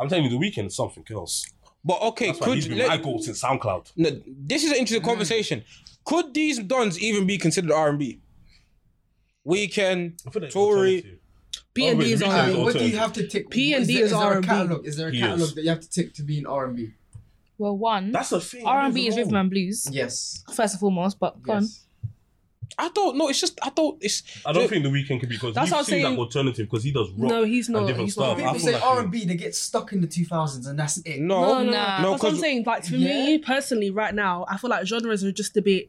I'm telling you, the weekend is something else. But okay, That's why he's could been let- my goal since SoundCloud. No, this is an interesting conversation. Could these dons even be considered R and B? Weekend, I feel like Tory. alternative. B and D is Oh, on. I wait, mean, Richard's R&B. what do you have to tick? P what and D there- is there R&B. A catalog? Is there a He catalog is. that you have to tick to be in R and B? Well, one That's the thing. R and B is rhythm and blues Yes. first and foremost, but go on. yes. I don't know. It's just I don't. It's I don't think the weekend could be because That's that's what I'm seems like saying. alternative because he does rock. No, he's and not. different He's not. stuff. I People feel say like R and B, they get stuck in the two thousands, and that's it. No, no. no, no. No, That's what I'm 'cause- saying. Like for Yeah. me personally, right now, I feel like genres are just a bit.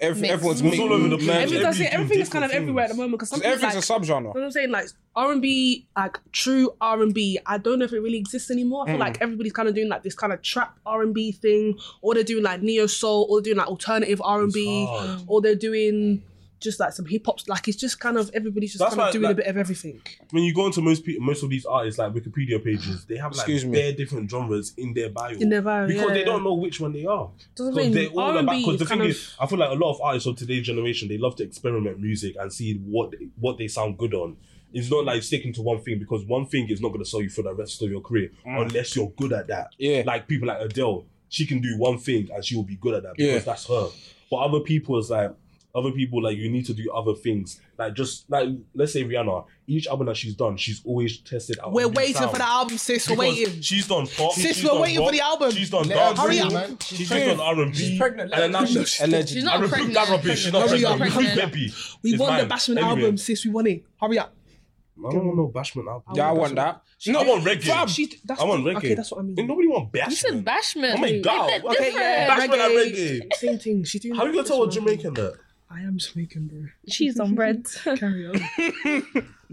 Every, Mixed. everyone's It's mixed. all over the place. Man, Every- Everything, that's it. everything Everything is kind of different everywhere at the things. moment because something's everything's like. a subgenre. You know what I'm saying? Like R and B, like true R and B. I don't know if it really exists anymore. I feel like everybody's kind of doing like this kind of trap R and B thing, or they're doing like neo soul, or they're doing like alternative R and It's B, hard. or they're doing just like some hip hop. Like it's just kind of everybody's just That's kind why, of doing like- a bit of everything. When you go into most pe- most of these artists like Wikipedia pages, they have like Excuse me. bare different genres in their bio. In their bio, because they yeah. don't know which one they are. Doesn't Because mean they're all about. R&B Because the is thing kind is, I feel like a lot of artists of today's generation they love to experiment music and see what what they sound good on. It's not like sticking to one thing because one thing is not going to sell you for the rest of your career unless you're good at Mm. that. Yeah. like people like Adele, she can do one thing and she will be good at that because Yeah. that's her. But other people is like. Other people like you need to do other things like just like let's say Rihanna each album that she's done she's always tested out. a We're new waiting sound. for the album, sis. We're Because waiting. She's done pop. Sis, she's we're done waiting for rock, the album. She's done Let dance. her Hurry breathe, up. man. She's She's just done R and B. She's pregnant, like- And then now she's Allegedly. She's I not repeat pregnant. that rubbish. She's not Hurry pregnant. up. Repeat Peppy. We It's won the mine. Bashment Anyway, album, sis. We won it. Hurry up. I don't want no Bashment album. Yeah, I want that. I want reggae. Fam, She, that's I want reggae. Okay, that's what I mean. Ain't nobody want Bashment. You said Bashment. Oh my God. Isn't that Okay, different? yeah. Bashment and reggae. Same thing. She doing How you gonna this tell a one. Jamaican that? I am Jamaican, bro. Cheese on bread. Carry on.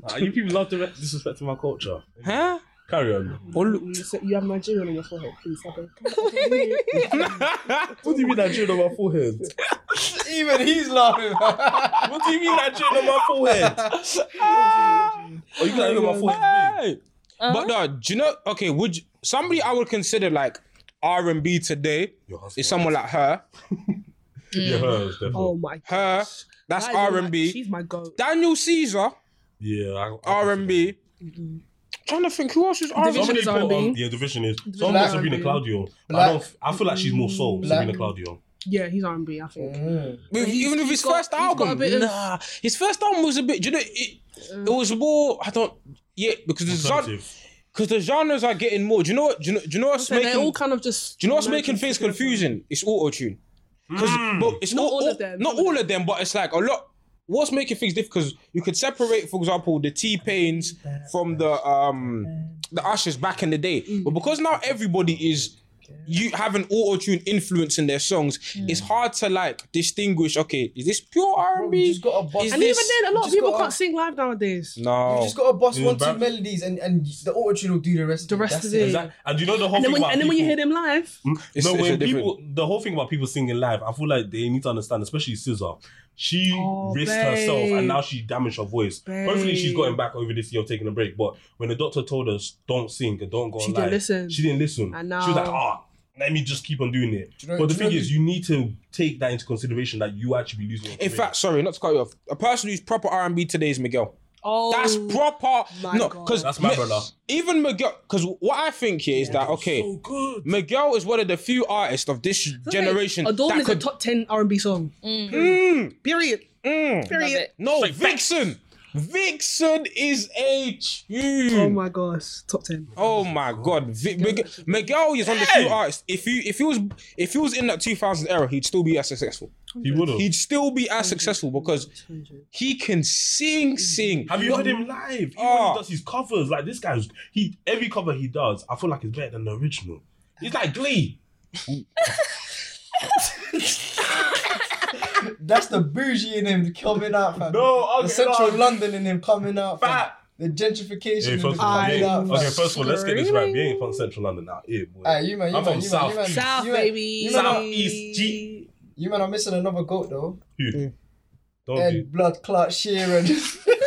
Ah, you people love the disrespecting my culture. huh? Carry on. Mm, so you have Nigerian on your forehead, please. I beg. What do you mean Nigerian on my forehead? Even he's laughing. What do you mean Nigerian on my forehead? Oh, you got it on my forehead. big? Hey. But Uh-huh. no, do you know? Okay, would you, somebody I would consider like R and B today Your husband. is someone like her. Yeah, hers, definitely. Oh my. Her. That's That is like- R and B. She's my goat. Daniel Caesar, Yeah, I- I can see R and B. Trying to think, who else is R and B? Division Somebody is put R&B. on, um, yeah, division is. Someone put Black Sabrina R&B. Claudio. I Black. don't. f- I feel like she's more soul. Black. Sabrina Claudio. Yeah, he's R and B. I think. Mm. With, He's- even with he's his got- first he's got a album, bit of- nah, his first album was a bit. Do you know, it, it was more. I don't. Yeah, because the genre, Alternative. because the genres are getting more. Do you know what? Do you know, do you know what's So making? they're all kind of just. do you know what's making things confusing? It's auto tune. Because Hmm. but it's Not all, all of all- them, Not some of all of them, but it's like a lot. What's making things difficult? Because you could separate, for example, the T Pains from the um the Ushers back in the day, Mm. but because now everybody is you have an auto tune influence in their songs, it's hard to like distinguish. Okay, is this pure R and You B? just got a boss. Is And this- even then, a lot of just people gotta- can't sing live nowadays. You No, just got a boss It was one two bad. melodies, and and the auto tune will do the rest. The rest That's of it. Exactly. And you know the whole And then, thing when, about and then when you people- hear them live, It's- no, it's a when different- people the whole thing about people singing live, I feel like they need to understand, especially Scissor. She Oh, risked babe. herself and now she damaged her voice. Hopefully she's Babe. gotten back over this year taking a break. But when the doctor told us don't sing and don't go She on didn't live, listen. She didn't listen. I She was like, know. ah, let me just keep on doing it. Do you know- but do the you thing know is, the- you need to take that into consideration that you actually be losing. your In career. fact, sorry, not to cut you off. A person who's proper R and B today is Miguel. oh, That's proper. my no, God. because That's my brother. Even Miguel, because what I think here is that okay, so good. Miguel is one of the few artists of this generation Adorn that is could. a top ten R and B song. Mm, Period. mm. Period. No, Straight back. Vixen. Vixen is a tune. Oh my gosh, top ten. Oh my god, Vi- Miguel, Miguel is one of the few artists. If you if he was if he was in that 2000 era, he'd still be as successful. He would have. He'd still be as successful because he can sing, sing. Have you heard him live? Even when Ah. he does his covers, like this guy's he every cover he does, I feel like it's better than the original. He's like Glee. That's the bougie in him coming out, fam. No, I'll the get central out. London in him coming out, fam. Fat. The gentrification Hey, in him first of all, coming yeah. out, fam. okay, first of all, let's get this right. We ain't from Central London now. Yeah, boy. Aye, you man, you I'm man, from you man, South. you man, South, you man, baby. You man, South East G. you man are missing another goat though. Who? Don't Ed be. Blood Clark Sheeran.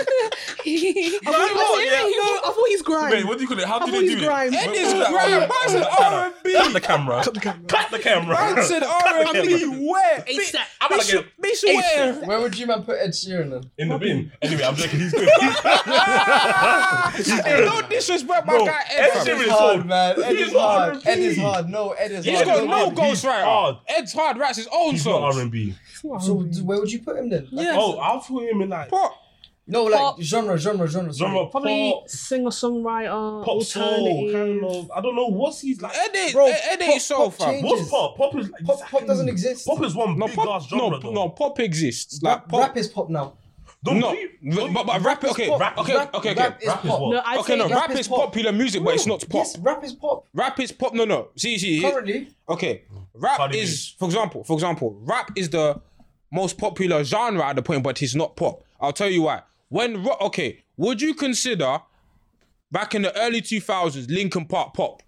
I thought, I thought he was- I thought he's grime. Wait, what do you call it? How do thought they he's do it? grime. Wait, Ed wait, is wait, grime. wait, Man's wait, an wait, R&B. Cut the camera. Cut the camera. the camera. That's an R&B camera. where? ASAP. I'm about to get Bitch, ASAP. where? Where would you man put Ed Sheeran then? in the bin. Anyway, I'm joking. He's good. Hey, don't disrespect my No, guy Ed Ed. Sheeran- fam. Ed It's is hard, hard. man. Ed He's is hard. R&B. Ed is hard. No, Ed is He's hard. got He's no hard. ghost right hard. Ed's hard rats his own He's not songs. R&B. So d- where would you put him then? Like, Yeah. Oh, I'll put him in like. What? No, like Pop. genre, genre, genre. sorry. Genre Probably pop, singer songwriter, pop soul, alternative. kind of. I don't know what's he's like. Edit, Bro, edit pop- soul, pop fam. change- What's pop? Pop is like Pop, pop doesn't exist. Pop is one No big ass pop, genre. no, though. no, pop exists. Like rap, pop, rap is pop now. Don't no, you- don't but, you- but rap. Okay, Pop. rap- okay, okay, okay. Rap is Rap is pop. what? No, I okay, no, rap rap is is pop. popular music, but it's not pop. Yes, rap is pop. Rap is pop. No, no. See, see. here- Currently, Okay, rap Cardi B. is, for example, for example, rap is the most popular genre at the point, but it's not pop. I'll tell you why. When rock, okay, would you consider back in the early two thousands, Linkin Park pop?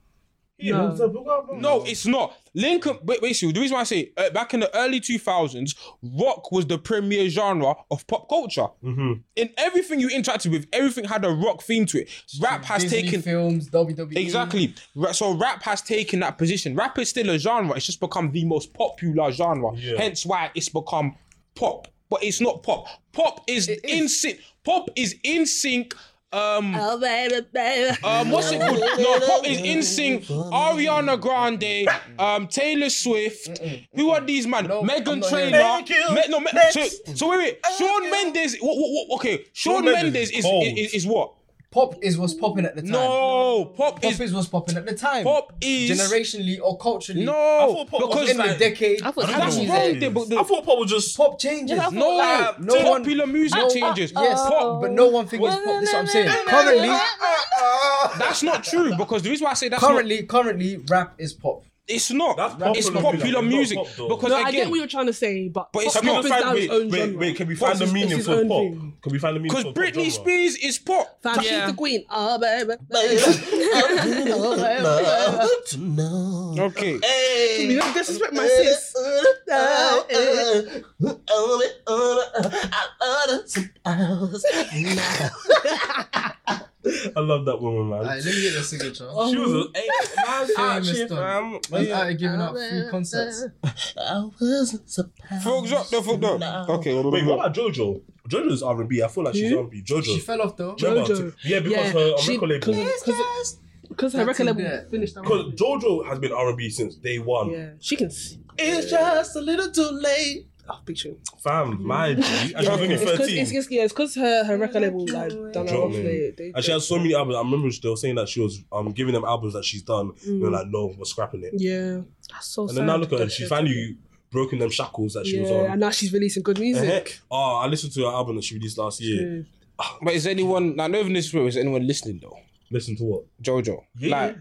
Yeah, No. what's up, what's up, what's up? No, it's not. Lincoln, ba- basically, the reason why I say uh, back in the early 2000s, rock was the premier genre of pop culture. In everything you interacted with, everything had a rock theme to it. Rap has Disney taken. films, E. WWE. Mm. Exactly. Ra- So rap has taken that position. Rap is still a genre. It's just become the most popular genre. Yeah. Hence why it's become pop. But it's not pop. Pop is, It is. in sync. Pop is in sync. Um, Oh, baby, baby. um, what's it called? No, pop is in sync. Ariana Grande, um, Taylor Swift. Who are these man? No, I'm Megan not hearing Trainor. Thank you. Me- no, me- Next. so, so wait, wait. Sean Mendes. What, what, what, okay, Sean, Shawn Mendes Mendes is is cold. is, is, is what? Pop is what's popping at the time. No, pop, Pop is, is, what's popping at the time. pop is generationally or culturally. no thought pop was because in the like- decade. I thought I don't that's know music. what wrong. it They- is. they- I thought pop was just. pop changes. Yeah, no, like, no no one- popular music no- uh, changes. Yes, Uh-oh. pop. but no one thing is pop. That's what I'm saying. Currently, That's not true because the reason why I say that's not, currently, currently, rap is pop. it's not. That's it's popular music. popular It's not music pop, though. because No, again, I get what you're trying to say, but, But it's pop, Can we not- pop not is find- now its wait, own wait, genre. wait, Can we find Pop the is- meaning it's for its pop? own thing. Can we find the meaning Because for pop Britney genre? Spears is pop. Fam, she's Yeah. the queen. Oh, baby, baby. Mm. Okay. Eh. You don't disrespect my sis. I love that woman, man. Alright, let me get the signature. she was a hey, man, ah, Famous shit, done. fam. Man's Oh, Yeah. out here giving out free concerts. For example, for no. Okay. Wait, what about JoJo? JoJo's R and B. I feel like she's Who? R and B. JoJo. She fell off though. Remember? JoJo. Yeah, because her um, record label. Because her record in label there. finished. that Because one. JoJo has been R and B since day one. Yeah, she can see. It's just a little too late. Oh, picture. him. Fam, mind you, and she was only It's because it's, thirteen. it's, yeah, it's 'cause her her record label like done her Drop off. me. They, they, And she has so many albums. I remember they were saying that she was um giving them albums that she's done. They're like, no, we're scrapping it. yeah, that's Mm. so. And then now look at her. She finally broken them shackles that she yeah, was on. and now she's releasing good music. Heck, oh, I listened to her album that she released last year. True. But is anyone? I know even this way, is anyone listening though? Listen to what? Jojo. Like,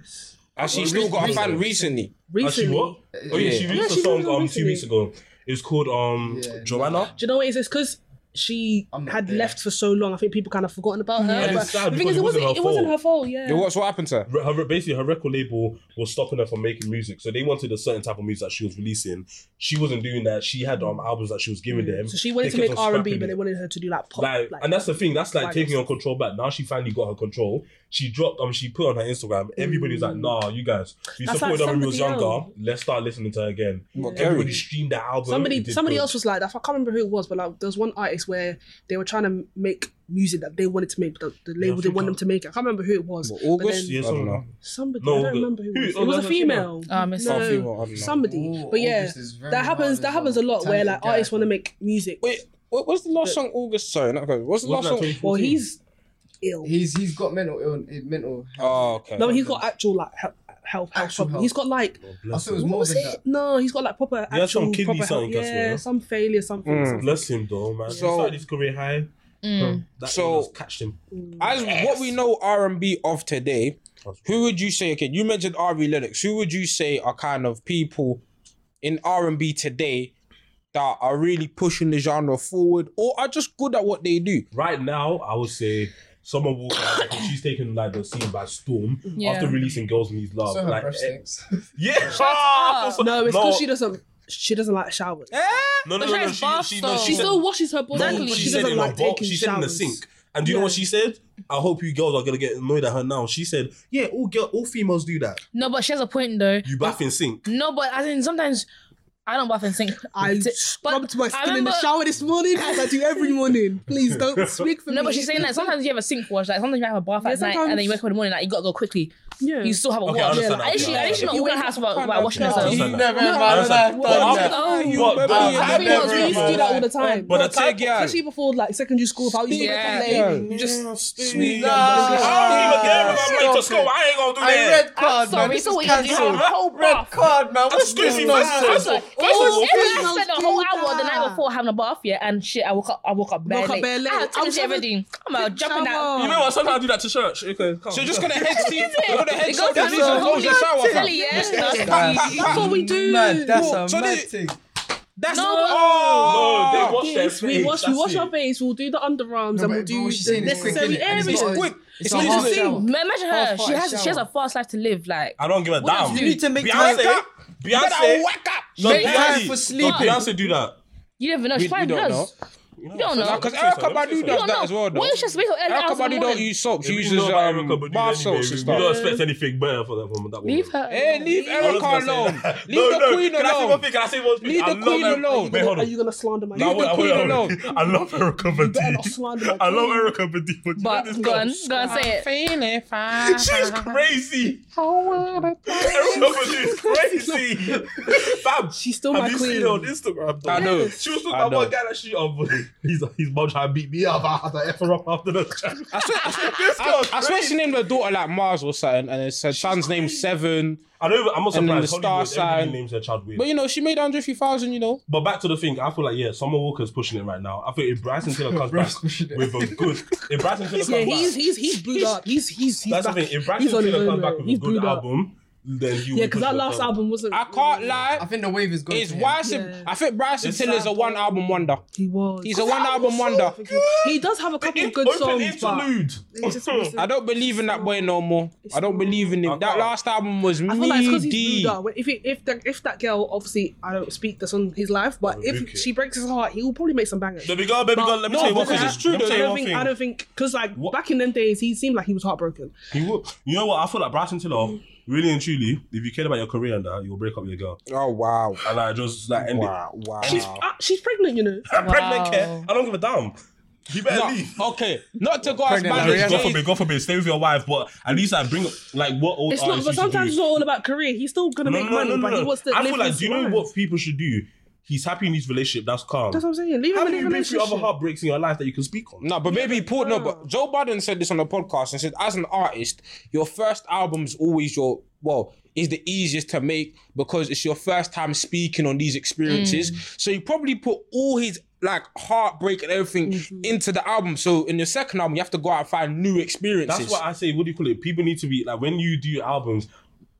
and she still got a fan recently. Actually, Recently, what? do Oh yeah, she Yeah. released Yeah, she a song did um two recently. weeks ago. It's called um Yeah, no. Joanna. you know what it is? It's because she I'm not had there. left for so long. I think people kind of forgotten about her. And but it's sad the thing is, because it it wasn't wasn't her it wasn't fault. her fault. Yeah, Yo, What's what happened to her? Her, her- basically, her record label was stopping her from making music, so they wanted a certain type of music that she was releasing. She wasn't doing that. She had um albums that she was giving them. Mm. so she wanted They to make kept on R and B, scrapping but they it. wanted her to do like pop. like, and that's the thing. That's like like taking this. her control back. Now she finally got her control. She dropped. Um, she put on her Instagram. Everybody was like, "Nah, you guys, you That's supported like her when we was somebody younger. else. Let's start listening to her again." What, Everybody Kerry? streamed that album. It Somebody, did somebody good. else was like that. I can't remember who it was, but like there was one artist where they were trying to make music that they wanted to make, the, the label didn't want Africa. them to make. it. I can't remember who it was. What, but August? then Yeah, I don't someone- know. somebody, No, I don't the- remember who who- it was. oh, it was a that's a female. female. Ah, Miss no, Oh, female, I don't know. somebody. Ooh, but yeah, August is very that happens. That happens a lot. Where like talented guy. artists want to make music. Wait, what was the last song? August. Sorry, not August. What's the Wasn't last that song? 2014? Well, he's ill. He's he's got mental illness, mental. Oh, okay. no, he's got actual like health health, health Actual problem. health. He's got like I Oh, Bless thought it was him. more was than it? that. No, he's got like proper He had some actual kidney proper something, health. that's what, yeah. Yeah, some failure, something. Mm. something. Bless him though, man. So- he started his career high. Mm. That So- illness catched him. As what we know R and B of today, That's- who would you say? Okay, you mentioned R.B. lyrics. Who would you say are kind of people in R and B today that are really pushing the genre forward, or are just good at what they do? Right now, I would say Summer Walker. because she's taken like the scene by storm Yeah. after releasing Girls Need Love. So her like, breath eh, stinks. yeah. up. Also- No, it's because she doesn't. She doesn't like showers. Eh? No, no, But no, she no, has she, bath she, no, though. she She She's said- still washes her body. no, Exactly. she She, said doesn't in a like bo- taking she showers. said in the sink. And do you know what Yeah. she said? I hope you girls are gonna get annoyed at her now. She said, "Yeah, all girl, all females do that. No, but she has a point though. You bath in sink. No, but as in sometimes I don't bath and sink. I But scrubbed my I skin in the remember- shower this morning as I do every morning. Please don't speak for me. No, but she's saying that sometimes you have a sink wash, like sometimes you have a bath Yeah, at night and then you sometimes. wake up in the morning, like you gotta go quickly. Yeah. you still have a Okay, I watch. understand At that. least she- Yeah, at least yeah. she's not You wearing can- house about, can't about washing I understand. herself. You understand never that. I in my understand. life But done after- that. Oh, but- you but- remember but- you I I've think I was- never we used to do that all the time. But the Like, tag, yeah. especially before like secondary school, if I used to Yeah. yeah. come Yeah. late. You just sweet Nah, young bitch. I don't even care if I'm Ah, late to Stop school. it. I ain't gonna do I that. red card, sorry, man. This so is we have to have cancelled. a whole Red bath. card, man. What's That's this crazy, man. nonsense? That's Like, what- it was, it was, I Why spent would the whole you do hour the night that? before having a bath, yeah, and shit. I woke up, I woke up bare Woke up late. bare late. I had I to was change having everything. I'm out jumping shower. out. You know what? Sometimes I do that to church. Okay, come. So you're just gonna head steam, you're gonna head It goes steam this and down. close your shower. fam. Silly, yeah. That's That's what we do. Mad. That's Well, a so mad they- thing. That's No, Ah, No, oh, they wash their Yes, we face, wash, we that's wash it. our face, we'll do the underarms, No, and but we'll what do she's the saying is quick, necessary innit? And areas. it's It's not- quick. It's a literally half the same. shower. Ma- Imagine her. Half-hearted She has she has a shower. fast life to live. Like I don't give a damn. You need to make time. Beyonce, You Beyonce, better wake up. no, Make time Beyonce- for sleeping. No, Beyonce do that. you don't even know. We- She probably we don't does. You don't know. Because Don't say so, Erica don't say Badu so. You does don't that know. as well, though. What is she supposed to Erica Badu don't use soap. She We uses know about Erica um, Badu bath anyway. salts and We don't stuff. expect anything better for that woman. That woman. Leave her. Hey, leave I was Erica gonna say alone. that. Leave No, the no, queen Can I say alone. one thing? Can I say one thing? Leave I the love queen Erica- alone. Wait, hold Are on. you gonna slander my No, Leave wait, the wait, queen wait. alone. I love Erica better not slander Badu. my I love queen. Erica Badu. But, But this go girl- on, go on, say it. Feeling fine. She's crazy. Erica Badu is crazy. Fam, She's still have my you queen. seen her on Instagram? though? I know. She was talking I about know. one guy that she um, he's he's mom trying to beat me up. I had to F her up after the chat. I swear, I swear, This I, girl's I swear she crazy. named her daughter like Mars or something, and it's her son's name Seven. I don't. Even, I'm not And then surprised. the star Hollywood, everybody sign. names their child weird. But But, you know, she made 150,000, you know. back to the thing, I feel like yeah, Summer Walker's pushing it right now. I feel if Bryson Tiller comes Bryce back pushing it. with a good, if Bryson Tiller comes Yeah, back, he's he's he's brewed up. He's he's he's that's back. the thing. If Bryson he's on his Tiller own, comes back man. with He's a good brewed up. album, then he will Yeah, be because that pushing it last further. album wasn't. I can't I lie. think the wave is going. It's to him. why I said- Yeah. I think Bryson It's Tiller's a sad. one album wonder. He was. He's a one album wonder. He does have a couple of good Open songs, but interlude. it's just wasn't- I don't believe in that boy no more. I don't believe in I him. That can't. last album was I feel like it's because knee he's deep. Buddha. When- If he, if the, if that girl, obviously, I don't speak this on his life, but I'll rebuke if it. she breaks his heart, he will probably make some bangers. Baby girl, baby But- girl. Oh, Let me No, tell you one because thing. it's true, Let me though. tell I you don't one think. thing. I don't think because like What- back in them days, he seemed like he was heartbroken. He will. You know what? I feel like Bryson Tiller, really and truly, if you care about your career and that, you'll break up with your girl. Oh, wow. And I just like end Wow, wow. She's uh, she's pregnant, you know. it. I'm pregnant, Wow. care. I don't give a damn. You better No, leave. okay, not to go as Pregnant bad Larry, as God Jay- forbid, God forbid, stay with your wife, but at least I bring up like what old It's not, artists but used to sometimes it's do. not all about career. He's still gonna make money, but he wants to. I live feel like his do you know life. what people should do? He's happy in his relationship. That's calm. That's what I'm saying. Leave him Have in a you been through relationship. other heartbreaks in your life that you can speak on? No, but maybe Port. No, but no. Joe Biden said this on the podcast and said, as an artist, your first album's always your well is the easiest to make because it's your first time speaking on these experiences. So he probably put all his like heartbreak and everything into the album. So in your second album, you have to go out and find new experiences. That's what I say. What do you call it? People need to be like when you do albums,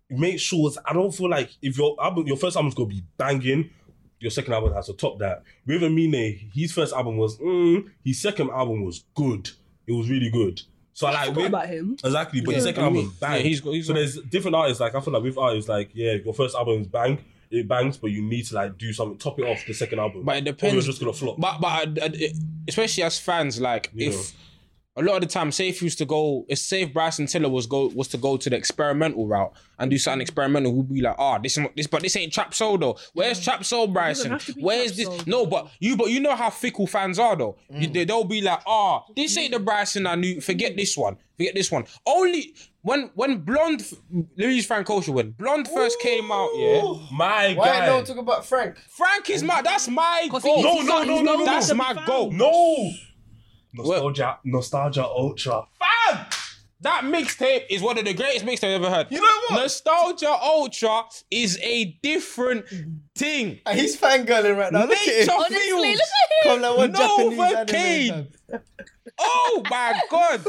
make sure. it's- I don't feel like if your album, your first album's gonna be banging, your second album has to top that. With Amine, his first album was, mm, his second album was good. It was really good. So I like Forgot with- about him. Exactly, but his Yeah. second album Yeah, bang. he's got- he's so got- there's different artists. Like I feel like with artists, like yeah, your first album is bang, it bangs, but you need to like do something, top it off the second album. But it Or you're depends. just gonna flop. But but I- I- especially as fans, like You know. if a lot of the time, say if he was to go, if say if Bryson Tiller was go was to go to the experimental route and do something experimental, we'd be like, ah, this is this, but this ain't trap soul though. Where's trap soul, Bryson? have to be Where's trap this? soul. No, but you but you know how fickle fans are though. You, Mm. they, they'll be like, ah, this ain't the Bryson I knew. Forget this one. Forget this one. Only when when blonde f- Louise Frank Ocean when blonde first came out, yeah. my Why guy. don't talk about Frank? Frank is my that's my goal. No, no, no, no, no, That's no. my goal. No. Nostalgia, nostalgia ultra. Fam! That mixtape is one of the greatest mixtapes I've ever heard. You know what? Nostalgia Ultra is a different thing. And Uh, he's fangirling right now. Look at Nature him. Honestly, look feels. at Come him. like one Nova Japanese anime Kane. fam. Oh my god.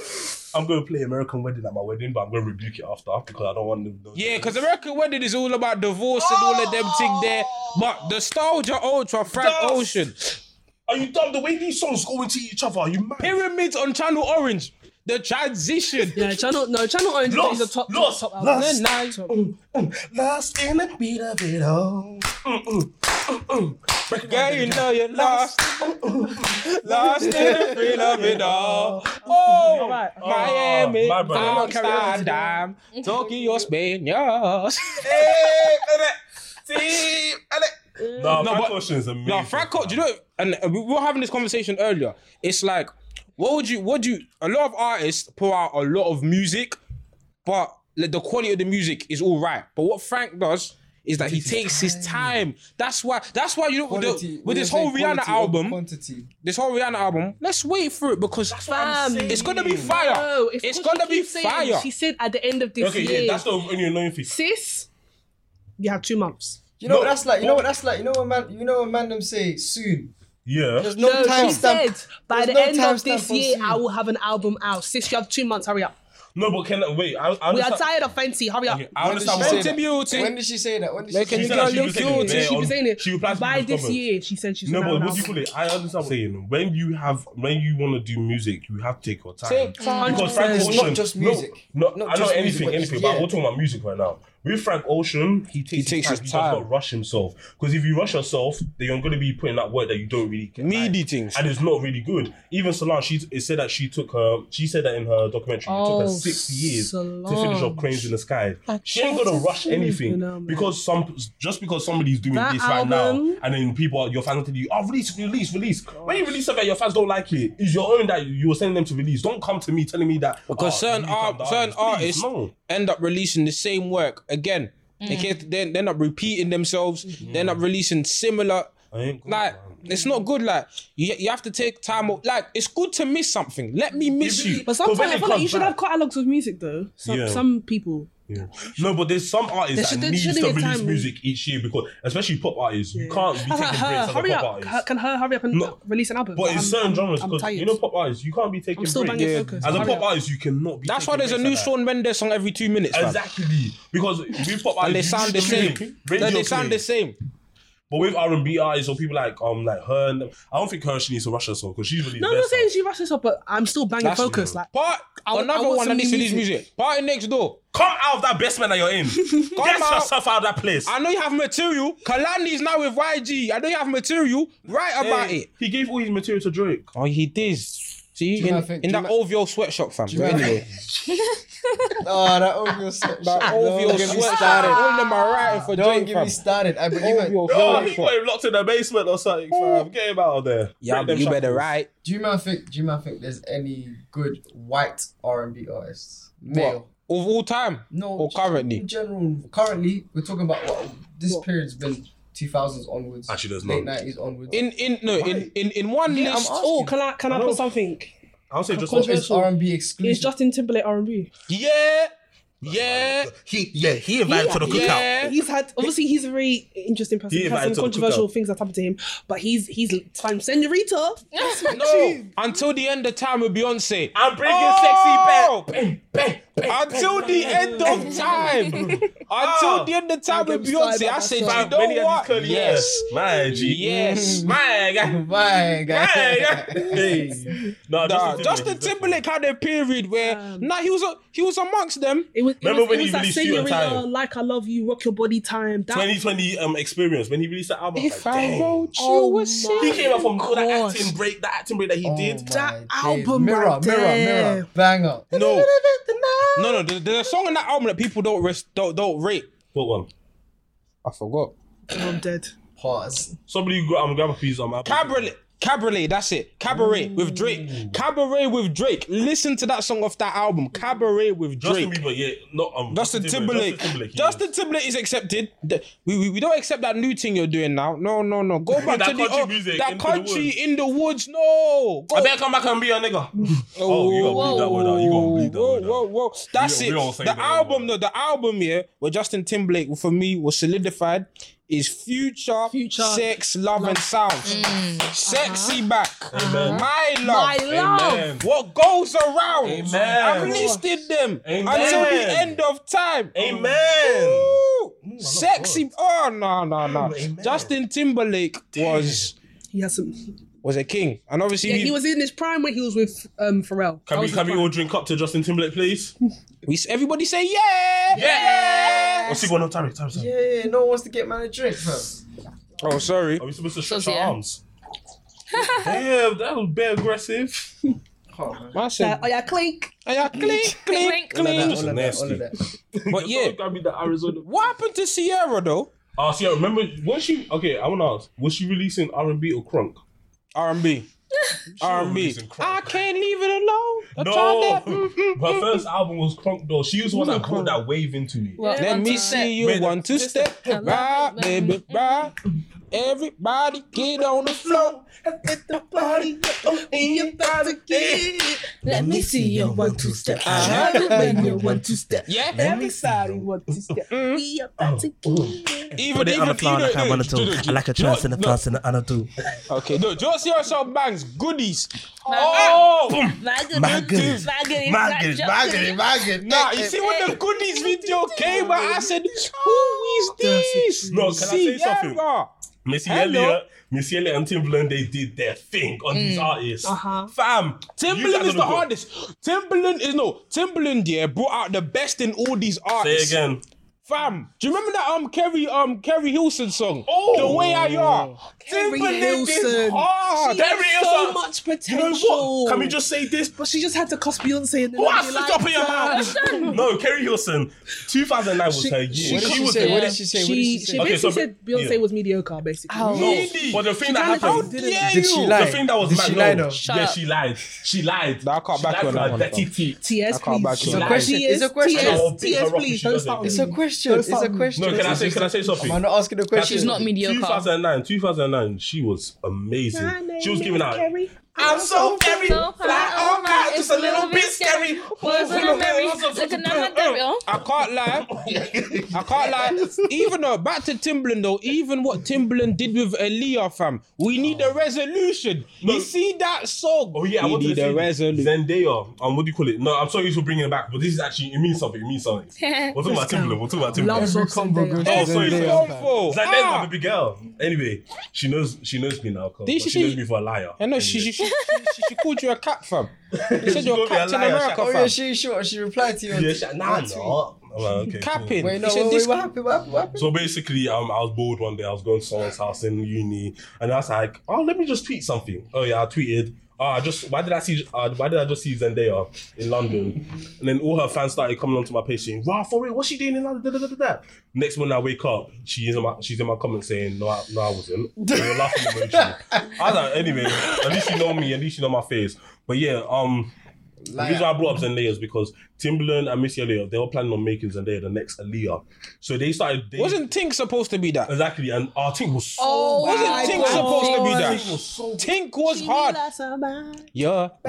I'm gonna play American Wedding at my wedding, but I'm gonna rebuke it after because I don't want to. Yeah, because American Wedding is all about divorce and all of them thing there. Oh. But Nostalgia Ultra, Frank Dust. Ocean, Are you dumb? The way these songs go into each other, are you mad? Pyramids on Channel Orange, The Transition. Yeah, channel no channel orange Lost, is a top lost, top, top lost. album. Night. Lost in the beat of it all. Girl, you know you're lost. Oh, lost in the thrill of it all. Oh, Alright. Miami, my brother. Amsterdam, Tokyo, Spain, yes. No, No, Frank but- Ocean is amazing. Now, Frank, Ocean, do you know, and uh, we were having this conversation earlier. It's like, what would you, what do you, a lot of artists pour out a lot of music, but like, the quality of the music is all right. But what Frank does is that he takes his time. That's why. That's why you know with the- Quality- with this we're whole saying Rihanna quality over album, Quantity. this whole Rihanna album. Let's wait for it because Fam. it's gonna be fire. No, it's what gonna she be keeps saying. fire. She said at the end of this Okay, year, yeah, that's the only annoying thing. sis, you have two months. You know No, what that's like. You know but- what that's like. You know what man. You know what man them say soon. Yeah. There's no, time she stamp. said by There's the no end time of this stamp on year, soon. I will have an album out. Sis, you have two months. Hurry up. No, but can I wait? I, I We understand. are tired of fancy. Hurry up. Okay, I When did she understand. say Fenty what- that? Beauty. When did she say that? When did Making she say She said that? that girl she look was taking guilty. it She there was on- saying it. She replied to By people's this comments. year, she said she's No, gonna but have an what do you album. call it? I understand what you're saying. When you have, when you want to do music, you have to take your time. Take time. Because Frank It's Ocean, not just music. No, no Not I know just anything, music, but anything. just- But yeah. we're talking about music right now. With Frank Ocean, he takes, takes his He time. does not rush himself. Because if you rush yourself, then you're going to be putting that work that you don't really get. Meaty back. things. and it's not really good. Even Solange, she it said that she took her. She said that in her documentary, it took Oh, her six years to finish Solange. up "Cranes in the Sky." She ain't gonna rush anything you know, man. because some just because somebody's doing That this right album- now, and then people, are- your fans are telling you, "Oh, release, release, release." When you release something, your fans don't like it. It's your own that you were sending them to release. Don't come to me telling me that because "Oh, certain you can't art, do certain this." Please, artists no. end up releasing the same work again. Mm. They can't, they they end up repeating themselves. They end up releasing similar. I ain't good, Like Oh, man. it's not good. Like you, you have to take time. off. Like it's good to miss something. Let me miss you. But But when sometimes I it feel like you comes should back- have catalogs of music though. Some, Yeah. some people. Yeah. No, but there's some artists There should- that there need should to be a release time- music each year because, especially pop artists, you can't be I was taking like, breaks her, as a hurry pop up. artist. Her- can her hurry up and No. release an album? But in certain genres, I'm because tired. you know pop artists, you can't be taking I'm still breaks. banging Yeah. focus. As a Hurry pop up. artist, you cannot be. That's taking why there's a breaks new like that. Shawn Mendes song every two minutes. man. Exactly, because with pop And they artists, sound the same. Radio They they sound play. the same. But with R and B artists or people like um like her, and them, I don't think her she needs to rush herself because she's really. No, the I'm not best saying at- she rushed this up, but I'm still banging That's- focus. Like, Part I- I another want one that some needs to new release music. music. Party next door. Come out of that basement that you're in. Get out. yourself out of that place. I know you have material. Kalani's now with YG. I know you have material. Write about Hey, it. He gave all his material to Drake. Oh, he did. See, you in, know, I think- in do you that know- OVO sweatshop, fam. you But know- anyway, Oh, that OVO sweatshop. that OVO Don't get me sweatshop. started. All of them are writing for Don't Drake, get fam. me started. I believe it. OVO Oh, he sweatshop. got him locked in the basement or something. Fam. Get him out of there. Yeah, Break them you better shackles. write. Do you man think? Do you man think there's any good white R and B artists? What? Male. Of all time? No. Or just currently? In general, currently we're talking about what this What? period's been 2000s onwards. Actually, there's late none. 90s onwards. In in no in in in one Yeah, I'm list. asking. oh, can I can I, know. put something? I'll say just What is controversial. R and B exclusive? Is Justin Timberlake R and B? Yeah, yeah, He yeah he invited to the yeah. He's had obviously he's a very interesting person. He He has invited some to the controversial cookout. things that happened to him, but he's he's time senorita. No, until the end of time with Beyonce. I'm bringing Oh! sexy back. Bang, bang, bang, Until bang, the bang. end of time. Until the end of time with Beyonce. I said, Fam, you Ah. many know of these what? curly Yes. Mm. hair. My G. Yes. My God. Oh My God. My God. Hey. No, Nah, Justin Justin Timberlake is Timberlake had a period where Um, nah he was a, he was amongst them. It was it Remember was, when it he was that released You and senorita, Time? like I love you, rock your body time. That 2020 um experience when he released that album. I was If like, I dang. wrote you Oh a my- he song. came out from all that God. acting break, that acting break that he Oh did. That my album Mirror, right mirror, there. mirror. Banger. No, no, no. there- There's a song in that album that people don't res- don't don't rate. What one? I forgot. Oh, I'm dead. Pause. Somebody gra- um, grab a piece of my Cabaret. Cabaret, that's it. Cabaret with Drake. Mm. Cabaret with Drake. Listen to that song off that album. Cabaret with Drake. Justin Bieber, yeah, not um, Justin Timberlake. Justin Timberlake. Justin Timberlake is accepted. The- We, we, we don't accept that new thing you're doing now. No, no, no. Go back That to the country oh, music, that Into the country Woods. in the woods. No. Go. I better come back and be a nigga. oh, you gotta bleed that word out. You gotta bleed that whoa, word out. whoa, whoa. That's We- it. we all say the that album, word. no, the album here where Justin Timberlake for me was solidified is Future, Future, Mm. Uh-huh. Sex, Love, and Sound. Sexy back. Amen. My love. My love. Amen. What goes around. Amen. I've listed them Amen. until the end of time. Amen. Ooh, sexy. Oh no no no! Justin Timberlake was He has some. was a king, and obviously Yeah, we, he was in his prime when he was with um Pharrell. That Can we was can his we all drink up to Justin Timberlake, please? we- everybody say yeah yeah. What's he going on, Tarek? Tarek, Tarek. Yeah, yeah, no one wants to get man a drink, bro. Oh sorry. Are we supposed to stretch So, our yeah. arms? Damn, that was bit aggressive. Oh, man. I prime. said, Oh yeah, clink. yeah, clink clink Clink. All clink. of that, all of that, all of that. But yeah, Gotta be the Arizona. Ah, what happened to Sierra though? Oh, see, I remember was she okay? I want to ask, was she releasing R and B or crunk? R and B. Ah, R&B. Using I crack. can't leave it alone. I No, tried that. Mm. her first album was Crunk though. She was the one that brought that wave into me. Well, Let one me time. see you Wait, one two just step, I love right, it, man. baby, right. Everybody get on the floor. Let the party go in your body. Let me see you one two step. Uh-huh. When you one two step. Yeah, Everybody want to step. We about to get. even Put it on even the floor and I even- can't wanna do. I like a chance and a no. pass and I do. Okay, no, just hear some bangs, goodies. Oh, boom. Maggots, My goodness. maggots, My goodness, my goodness, my goodness. Nah, you see when the goodies video came, out, I said, "Who is this?" No, can I say something? Sierra. Missy Hello. Elliott, Missy Elliott and Timbaland, they did their thing on Mm. these artists. Uh-huh. Fam, you guys Timberland is the are good. hardest. Timberland is no Timberland. Yeah, brought out the best in all these Say artists. again. Fam, do you remember that um Kerry um Kerry Hilson song? Oh. the way I are. Kerry Timberlake is Hilson. hard. She There has it is, so uh, much You potential. know what? Can we just say this? But she just had to cost Beyonce and then Who I'd has be to like, stop in your mouth? No, Kerry Hilson. 2009 was her year. What did She she was say? the- What did she say? What did she She, she say? Okay, basically so- said Beyonce yeah. was mediocre, basically. Ow. No, but the thing that kinda happened. did How it. dare Did she you? lie? The thing that was Did mad, she lie no. though? Shut yeah, up. she lied. She lied. Nah, I can't she back lied you on to that her one, dirty fam. teeth. TS, I can't please. back you. It's a Like, question. TS, It's a question. I'll TS, beat her TS, up if she please. Don't does it start again. with It's me. a question. It's a question. No, can I say? Can I say something? Am I not asking a question? She's not mediocre. 2009, 2009, she was amazing. She was giving out. I'm so very So fly, oh my, it's a little bit scary. Wasn't a uh. Mary, Lots of- looking at my devil. I can't lie. Oh, I can't lie. Even though back to Timberland though, even what Timberland did with Aaliyah, fam, we need a resolution. No. You see that song? Oh yeah, I we want to need say a resolution. Zendaya. Um, what do you call it? No, I'm sorry for bringing it back, but this is actually it means something. It means something. We're talking about Timberland. We're talking about Timberland. Love Every combo Zendaya. goes Oh, to sorry, Zendaya. sorry. Awful. Zendaya, Ah. I'm a big girl. Anyway, she knows she knows me now. 'cause- Did but she she, say- knows me for a liar. I know she, she, she, she, she called you a cat, fam. She said She you're called me a Captain liar, America, shut Oh yeah, fam. she sure she replied to you. on- Yeah, she, nah, on I'm tweet. not. I'm like, okay, cool. Capping. Wait, no, She said wait, this- wait, what happened? What happened? What happened? So basically, um, I was bored one day. I was going to someone's house in uni, and I was like, "Oh, let me just tweet something." Oh yeah, I tweeted. Oh, I just why did I see? Uh, why did I just see Zendaya in London? And then all her fans started coming onto my page saying, "Wow, for real, what's she doing in London?" Da, da, da, da, da. Next morning, I wake up. She is in my she's in my comments saying, "No, I, no, I wasn't." They were laughing emoji. I was like, anyway, at least you know me. At least you know my face. But yeah, um. The reason why I brought up Zendaya is because Timberland and Missy Elliott, they were planning on making Zendaya the next Aaliyah. So they started. They, Wasn't Tink supposed to be that? Exactly, and our team was so. Oh, Wasn't my Tink God. supposed to be our team that? was so Tink was hard. Your love.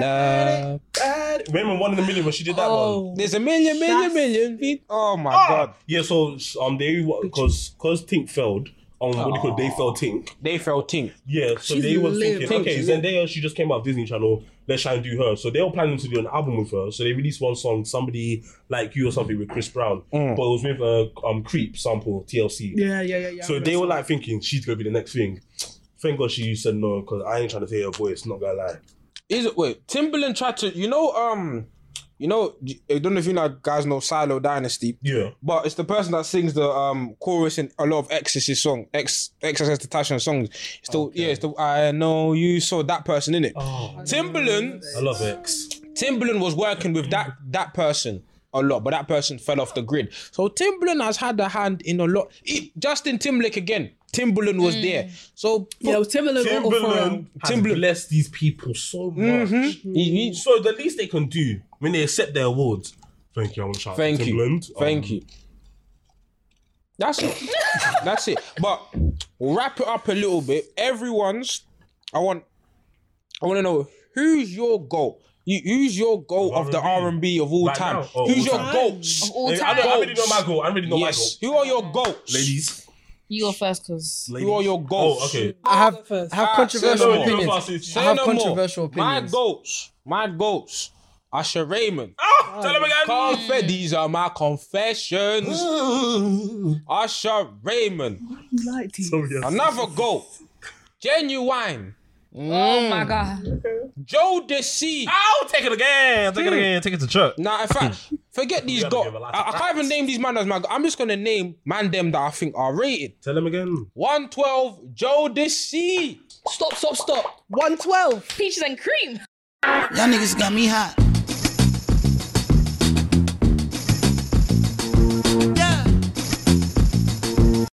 bad. Remember one in the million when she did that Oh. one. There's a million, million, That's- million feet. Oh my god. Yeah, so um, they because because Tink failed. Um, what do you call it? they failed Tink? They felt Tink. Yeah, so She's they were lit. thinking, Tink, okay, she's lit. Zendaya, she just came out of Disney Channel. Let's try and do her. So they were planning to do an album with her. So they released one song, somebody like you or something with Chris Brown, Mm. but it was with a um creep sample TLC. Yeah, yeah, yeah, yeah. So they were like thinking she's gonna be the next thing. Thank God she said no because I ain't trying to hear her voice. Not gonna lie. Is it wait? Timberland tried to. You know, um, you know, I don't know if you know, guys know Silo Dynasty. Yeah. But it's the person that sings the um chorus in a lot of Exorcist song, Ex Exorcist Natasha songs. It's the yeah, it's the I know you saw that person in it. Timberland, I love X. Timberland was working with that that person a lot, but that person fell off the grid. So Timberland has had a hand in a lot. He- Justin Timberlake again. Timberland was there. So yeah, Timberland, or- or Timberland Pharrell. has Timberland. blessed these people so much. he- he- So the least they can do when they accept their awards. Thank you, I want to shout out to thank you, Timberland. Um, thank you. That's it. That's it. But we'll wrap it up a little bit. Everyone's. I want. I want to know who's your goal. You, who's your goal Of of, the R and R&B? B of all Right time? now? Oh, who's all your time. goals? All I, time. don't- I really know my goal. I really know Yes. Who are your goals? my goal. Ladies, You go first, cause ladies. Who are your goals? Oh, okay. I have first. I have Ah, controversial say no more. You go opinions. first, it's- Say I have no controversial more. opinions. My goals. My goals. Usher Raymond. Ah, tell them again. Confe- these are my confessions. Usher Raymond. He liked you. Oh, yes. Another goal. Genuine. oh my god, Joe Desi. Ow, take it again. Take it again. Take it to church. Nah, in fact, forget these gotta goals. give a lot of I, I can't even name these man as my go- I'm just gonna name man them that I think are rated. Tell them again. 112 Joe Desi. Stop, stop, stop. 112. peaches and cream. Y'all niggas got me hot.